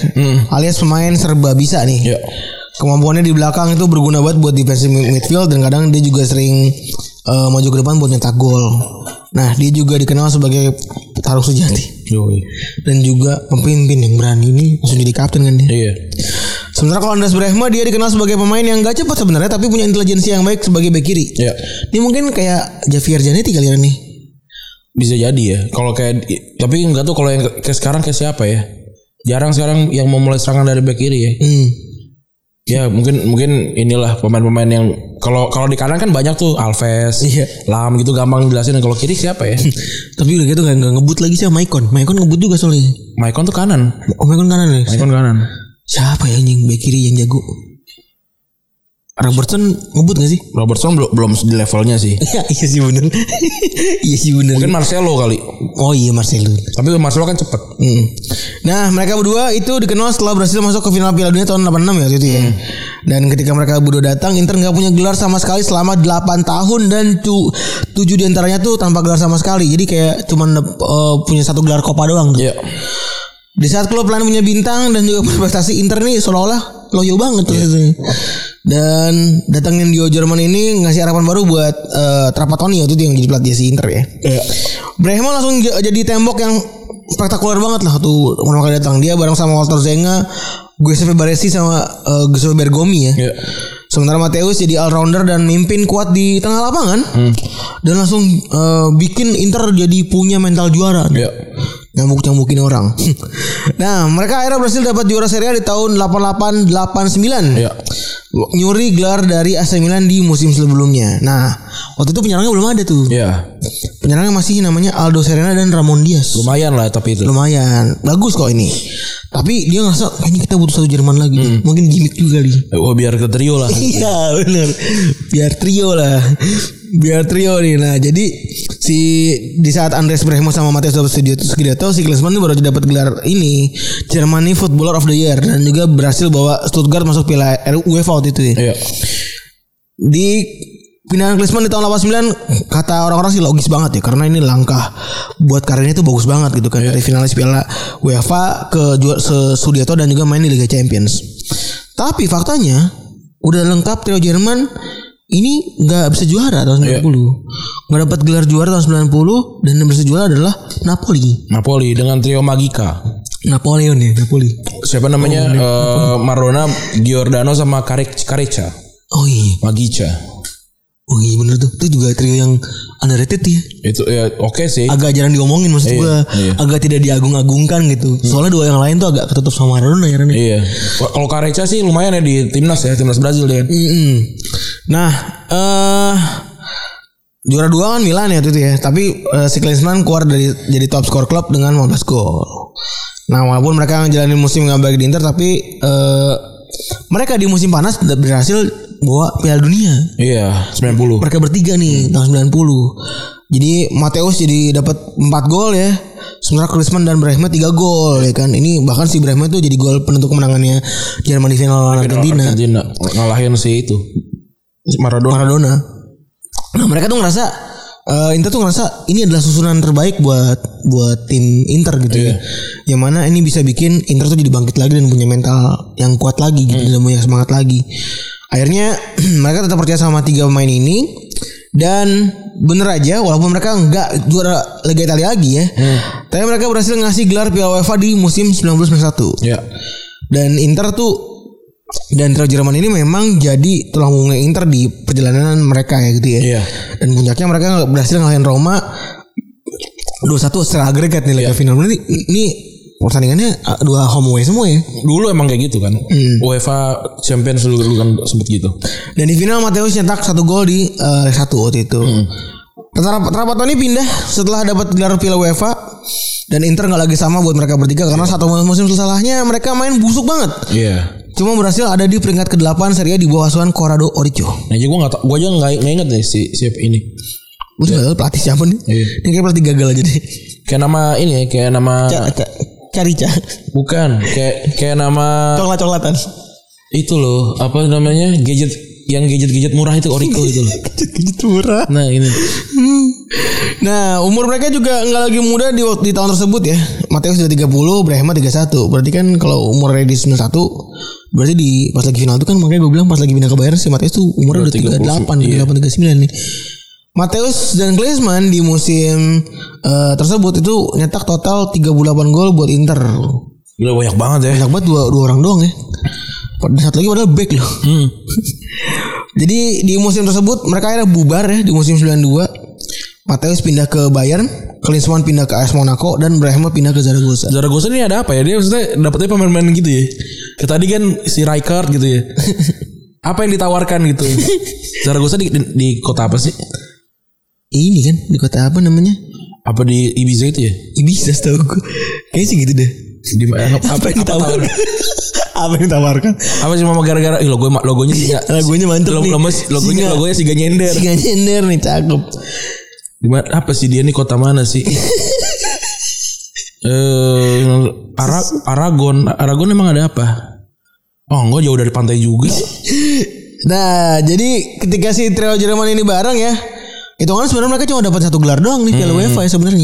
Speaker 2: Alias pemain serba bisa nih.
Speaker 3: Ya.
Speaker 2: Kemampuannya di belakang itu berguna banget buat defensive mid- midfield dan kadang dia juga sering eh, maju ke depan buat nyetak gol. Nah, dia juga dikenal sebagai taruh sejati
Speaker 3: Yoi.
Speaker 2: dan juga pemimpin yang berani ini langsung jadi kapten kan dia.
Speaker 3: Iya.
Speaker 2: Sementara kalau Andreas Brehma dia dikenal sebagai pemain yang gak cepat sebenarnya tapi punya intelijensi yang baik sebagai bek kiri.
Speaker 3: Iya.
Speaker 2: Ini mungkin kayak Javier Zanetti kali ya nih.
Speaker 3: Bisa jadi ya. Kalau kayak tapi enggak tuh kalau yang ke- kayak sekarang kayak siapa ya? Jarang sekarang yang memulai serangan dari back kiri ya.
Speaker 2: Hmm.
Speaker 3: Ya mungkin mungkin inilah pemain-pemain yang kalau kalau di kanan kan banyak tuh Alves,
Speaker 2: Iya.
Speaker 3: Lam gitu gampang jelasin. Kalau kiri siapa ya?
Speaker 2: Tapi udah gitu gak, nggak ngebut lagi sih sama Maicon. Maicon ngebut juga soalnya.
Speaker 3: Maicon tuh kanan.
Speaker 2: Oh Maicon kanan ya.
Speaker 3: Maicon kanan.
Speaker 2: Siapa ya anjing bek kiri yang jago? Robertson ngebut gak sih?
Speaker 3: Robertson belum belum di levelnya sih.
Speaker 2: Iya iya sih bener. iya sih bener.
Speaker 3: Mungkin Marcelo kali.
Speaker 2: Oh iya Marcelo.
Speaker 3: Tapi Marcelo kan cepet.
Speaker 2: Mm. Nah mereka berdua itu dikenal setelah berhasil masuk ke final Piala Dunia tahun 86 ya waktu itu ya. Dan ketika mereka berdua datang Inter nggak punya gelar sama sekali selama 8 tahun dan tu, 7 diantaranya tuh tanpa gelar sama sekali. Jadi kayak cuman eh, punya satu gelar Copa doang. tuh.
Speaker 3: Iya.
Speaker 2: Di saat klub lain punya bintang dan juga prestasi Inter nih seolah-olah loyo banget tuh itu.
Speaker 3: Iya.
Speaker 2: Dan datangnya Dio Jerman ini ngasih harapan baru buat eh, Trapattoni waktu itu yang jadi pelatih si Inter ya. Brehmo langsung j- jadi tembok yang spektakuler banget lah tuh pertama kali datang dia bareng sama Walter Zenga, Giuseppe Baresi sama eh, Giuseppe Bergomi ya.
Speaker 3: Iya.
Speaker 2: Sementara Mateus jadi all rounder dan mimpin kuat di tengah lapangan
Speaker 3: Hmm.
Speaker 2: dan langsung eh, bikin Inter jadi punya mental juara
Speaker 3: Iya.
Speaker 2: nyambuk nyambukin orang. nah, mereka akhirnya berhasil dapat juara Serie A di tahun 8889.
Speaker 3: Iya.
Speaker 2: Nyuri gelar dari AC Milan di musim sebelumnya. Nah, waktu itu penyerangnya belum ada tuh.
Speaker 3: Iya.
Speaker 2: Penyerangnya masih namanya Aldo Serena dan Ramon Diaz.
Speaker 3: Lumayan lah tapi itu.
Speaker 2: Lumayan bagus kok ini. Tapi dia ngerasa kayaknya kita butuh satu Jerman lagi.
Speaker 3: Hmm.
Speaker 2: deh. Mungkin gimmick juga nih.
Speaker 3: Oh biar ke trio lah.
Speaker 2: Iya bener Biar trio lah Biar trio nih Nah jadi si Di saat Andres Brehmo sama Matias Sugidato Si Klinsmann ini baru aja dapat gelar ini Germany Footballer of the Year Dan juga berhasil bawa Stuttgart masuk piala R- UEFA waktu itu ya.
Speaker 3: Iya.
Speaker 2: Di Pindahan Klinsmann di tahun 89 Kata orang-orang sih logis banget ya Karena ini langkah Buat karirnya itu bagus banget gitu kan Dari finalis piala UEFA Ke juara se- Sugiarto dan juga main di Liga Champions Tapi faktanya Udah lengkap trio Jerman Ini nggak bisa juara tahun 90 nggak dapat gelar juara tahun 90 Dan yang bisa juara adalah Napoli
Speaker 3: Napoli dengan trio Magica.
Speaker 2: Napoleon ya Napoli
Speaker 3: Siapa namanya? Eh, Maradona, Giordano sama Karic Karica.
Speaker 2: Oh iya
Speaker 3: Magica.
Speaker 2: Oh iya bener tuh Itu juga trio yang underrated ya
Speaker 3: Itu ya oke sih.
Speaker 2: agak jarang diomongin maksud
Speaker 3: Iya,
Speaker 2: gue
Speaker 3: iya.
Speaker 2: agak tidak diagung-agungkan gitu soalnya dua yang lain tuh agak ketutup sama Maradona ya Ren.
Speaker 3: Iya. Wah, Kalau Karica sih lumayan ya di timnas ya, timnas Brazil dia.
Speaker 2: Mm-mm. nah eh juara dua kan Milan ya waktu itu ya tapi eh, si Klinsmann keluar dari jadi top skor klub dengan 15 gol nah walaupun mereka ngejalanin musim nggak baik di Inter tapi eh mereka di musim panas berhasil bawa Piala Dunia
Speaker 3: Iya, 90.
Speaker 2: mereka bertiga nih tahun 90. Jadi Mateus jadi dapat 4 gol ya. Sementara Klinsmann dan Brahma 3 gol ya kan. Ini bahkan si Brahma itu jadi gol penentu kemenangannya Jerman di final lawan Argentina.
Speaker 3: Argentina ngalahin si itu. Maradona.
Speaker 2: Maradona. Nah, mereka tuh ngerasa eh, Inter tuh ngerasa ini adalah susunan terbaik buat buat tim Inter gitu ya.
Speaker 3: Iya.
Speaker 2: Yang mana ini bisa bikin Inter tuh jadi bangkit lagi dan punya mental yang kuat lagi gitu dan punya semangat lagi. Akhirnya mereka tetap percaya sama tiga pemain ini dan bener aja walaupun mereka nggak juara Liga Italia lagi ya. Tapi mereka berhasil ngasih gelar Piala UEFA di musim 1991.
Speaker 3: Iya.
Speaker 2: Dan Inter tuh dan trio Jerman ini memang jadi tulang punggungnya Inter di perjalanan mereka ya gitu ya.
Speaker 3: Iya.
Speaker 2: Dan puncaknya mereka berhasil ngalahin Roma 2-1 secara agregat nih laga final. Berarti ini pertandingannya uh, dua home away semua ya.
Speaker 3: Dulu emang kayak gitu kan. UEFA Champions dulu, dulu kan sempet gitu.
Speaker 2: Dan di final Mateus nyetak satu gol di eh, leg satu waktu itu. Terap Trapattoni pindah setelah dapat gelar Piala UEFA dan Inter nggak lagi sama buat mereka bertiga karena satu musim salahnya mereka main busuk banget.
Speaker 3: Iya.
Speaker 2: Cuma berhasil ada di peringkat ke-8 Serie A di bawah asuhan Corrado Orico.
Speaker 3: Nah, jadi gue gak tau, gue aja gak, nggak inget deh si siapa ini.
Speaker 2: Gue juga pelatih siapa nih?
Speaker 3: Iya.
Speaker 2: Ini kayak pelatih gagal aja deh.
Speaker 3: Kayak nama ini ya, kayak nama
Speaker 2: Ca- ca- cari ca.
Speaker 3: bukan, kayak kayak nama
Speaker 2: Coklat coklatan.
Speaker 3: itu loh, apa namanya? Gadget yang gadget-gadget murah itu Orico itu loh.
Speaker 2: Gadget murah.
Speaker 3: Nah ini
Speaker 2: Nah, umur mereka juga nggak lagi muda di wak- di tahun tersebut ya. Mateus sudah 30, Brahma 31. Berarti kan kalau umur di 91 berarti di pas lagi final itu kan makanya gue bilang pas lagi pindah ke Bayern si Mateus tuh umurnya udah 38, 38 39 nih. Mateus dan Klinsmann di musim eh, tersebut itu nyetak total 38 gol buat Inter.
Speaker 3: gila banyak banget ya.
Speaker 2: Banyak banget dua, dua orang doang ya. Dan satu lagi padahal back loh.
Speaker 3: Hmm.
Speaker 2: Jadi di musim tersebut mereka akhirnya bubar ya di musim 92. Mateus pindah ke Bayern, Klinsmann pindah ke AS Monaco dan Brahma pindah ke Zaragoza.
Speaker 3: Zaragoza ini ada apa ya? Dia maksudnya dapetnya pemain-pemain gitu ya. Kayak tadi kan si Rijkaard gitu ya. apa yang ditawarkan gitu? Zaragoza di, di, di kota apa sih?
Speaker 2: Ini kan di kota apa namanya?
Speaker 3: Apa di Ibiza itu ya?
Speaker 2: Ibiza setahu gue. Kayaknya sih gitu deh.
Speaker 3: Di apa, apa,
Speaker 2: Apa yang ditawarkan? apa yang ditawarkan?
Speaker 3: apa sih mama gara-gara Ih, logo logonya sih nggak-
Speaker 2: Lagunya mantep
Speaker 3: Lo-
Speaker 2: nih.
Speaker 3: logo- logonya
Speaker 2: Singa.
Speaker 3: logonya siga nyender.
Speaker 2: Si nyender nih cakep.
Speaker 3: Di mana apa sih dia nih kota mana sih? Eh Ara, Aragon, Aragon emang ada apa? Oh, enggak jauh dari pantai juga.
Speaker 2: Nah, jadi ketika si trio Jerman ini bareng ya, hitungannya sebenarnya mereka cuma dapat satu gelar doang nih Piala
Speaker 3: Hmm.
Speaker 2: UEFA ya sebenarnya.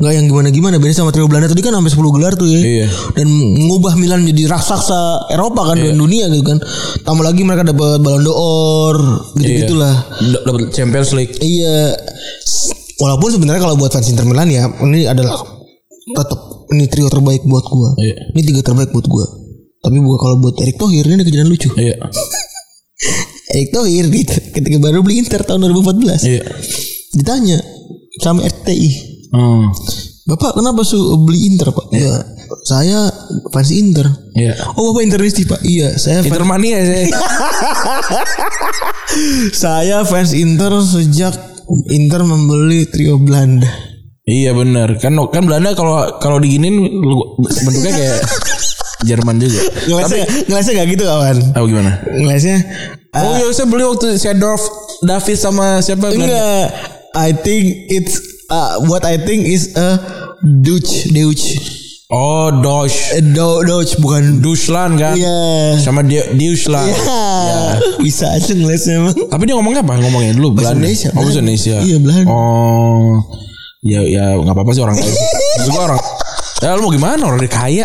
Speaker 2: Enggak yang gimana-gimana beda sama trio Belanda tadi kan sampai 10 gelar tuh ya.
Speaker 3: Iya.
Speaker 2: Dan mengubah Milan jadi raksasa Eropa kan
Speaker 3: Iya.
Speaker 2: dan dunia gitu kan. Tambah lagi mereka dapat Ballon d'Or gitu-gitulah.
Speaker 3: D- Dapat Iya. Champions League.
Speaker 2: Iya. Walaupun sebenarnya kalau buat fans Inter Milan ya ini adalah tetap ini trio terbaik buat gua.
Speaker 3: Iya.
Speaker 2: Ini tiga terbaik buat gua. Tapi bukan kalau buat Erick Thohir ini ada kejadian lucu.
Speaker 3: Iya.
Speaker 2: Erick Thohir gitu ketika baru beli Inter tahun 2014
Speaker 3: Iya.
Speaker 2: ditanya sama RTI
Speaker 3: Hmm.
Speaker 2: Bapak kenapa su beli Inter pak? Ya, saya fans Inter.
Speaker 3: Iya.
Speaker 2: Oh bapak Interisti pak? Iya saya fans,
Speaker 3: Inter mania sih.
Speaker 2: saya fans Inter sejak Inter membeli trio Belanda.
Speaker 3: iya benar. Kan kan Belanda kalau kalau diginin lu- bentuknya kayak Jerman juga.
Speaker 2: Ngelesnya ngelesnya gak gitu kawan?
Speaker 3: Apa gimana?
Speaker 2: Ngelesnya ah,
Speaker 3: oh, ya saya beli waktu Sedorf Davis sama siapa? Belanda.
Speaker 2: enggak. I think it's ah, what I think is a Dutch Dutch
Speaker 3: Oh, Dosh.
Speaker 2: Eh, Do- Dutch bukan
Speaker 3: Duslan kan?
Speaker 2: Iya.
Speaker 3: Sama dia Diuslan.
Speaker 2: Ya, bisa aja ngelesnya emang.
Speaker 3: Tapi dia ngomongnya apa? Ngomongnya dulu
Speaker 2: Bahasa
Speaker 3: Belanda.
Speaker 2: Indonesia,
Speaker 3: Oh, bahasa
Speaker 2: Belanda.
Speaker 3: Indonesia.
Speaker 2: Iya, Belanda.
Speaker 3: Oh. Ya ya enggak apa-apa sih orang kaya. Juga orang. Ya lu mau gimana orang dia kaya?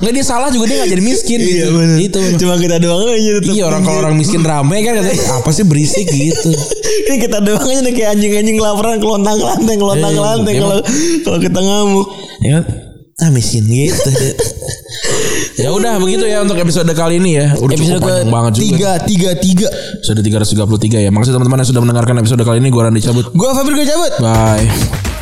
Speaker 3: Enggak dia salah juga dia enggak jadi miskin
Speaker 2: Iya,
Speaker 3: gitu. Itu.
Speaker 2: Cuma kita doang aja tetep.
Speaker 3: Iya orang kalau orang miskin rame kan katanya apa sih berisik gitu.
Speaker 2: Ini kita doang aja udah kayak anjing-anjing kelaparan kelontang-kelanteng, kelontang-kelanteng
Speaker 3: Iya,
Speaker 2: kalau kalau kita ngamuk.
Speaker 3: Ya kan? Ah miskin gitu. ya udah begitu ya untuk episode kali ini ya. Udah cukup panjang banget juga.
Speaker 2: tiga, tiga, tiga.
Speaker 3: Episode 333 ya. Makasih teman-teman yang sudah mendengarkan episode kali ini. Gua Randy cabut.
Speaker 2: Gua Fabri gue cabut.
Speaker 3: Bye.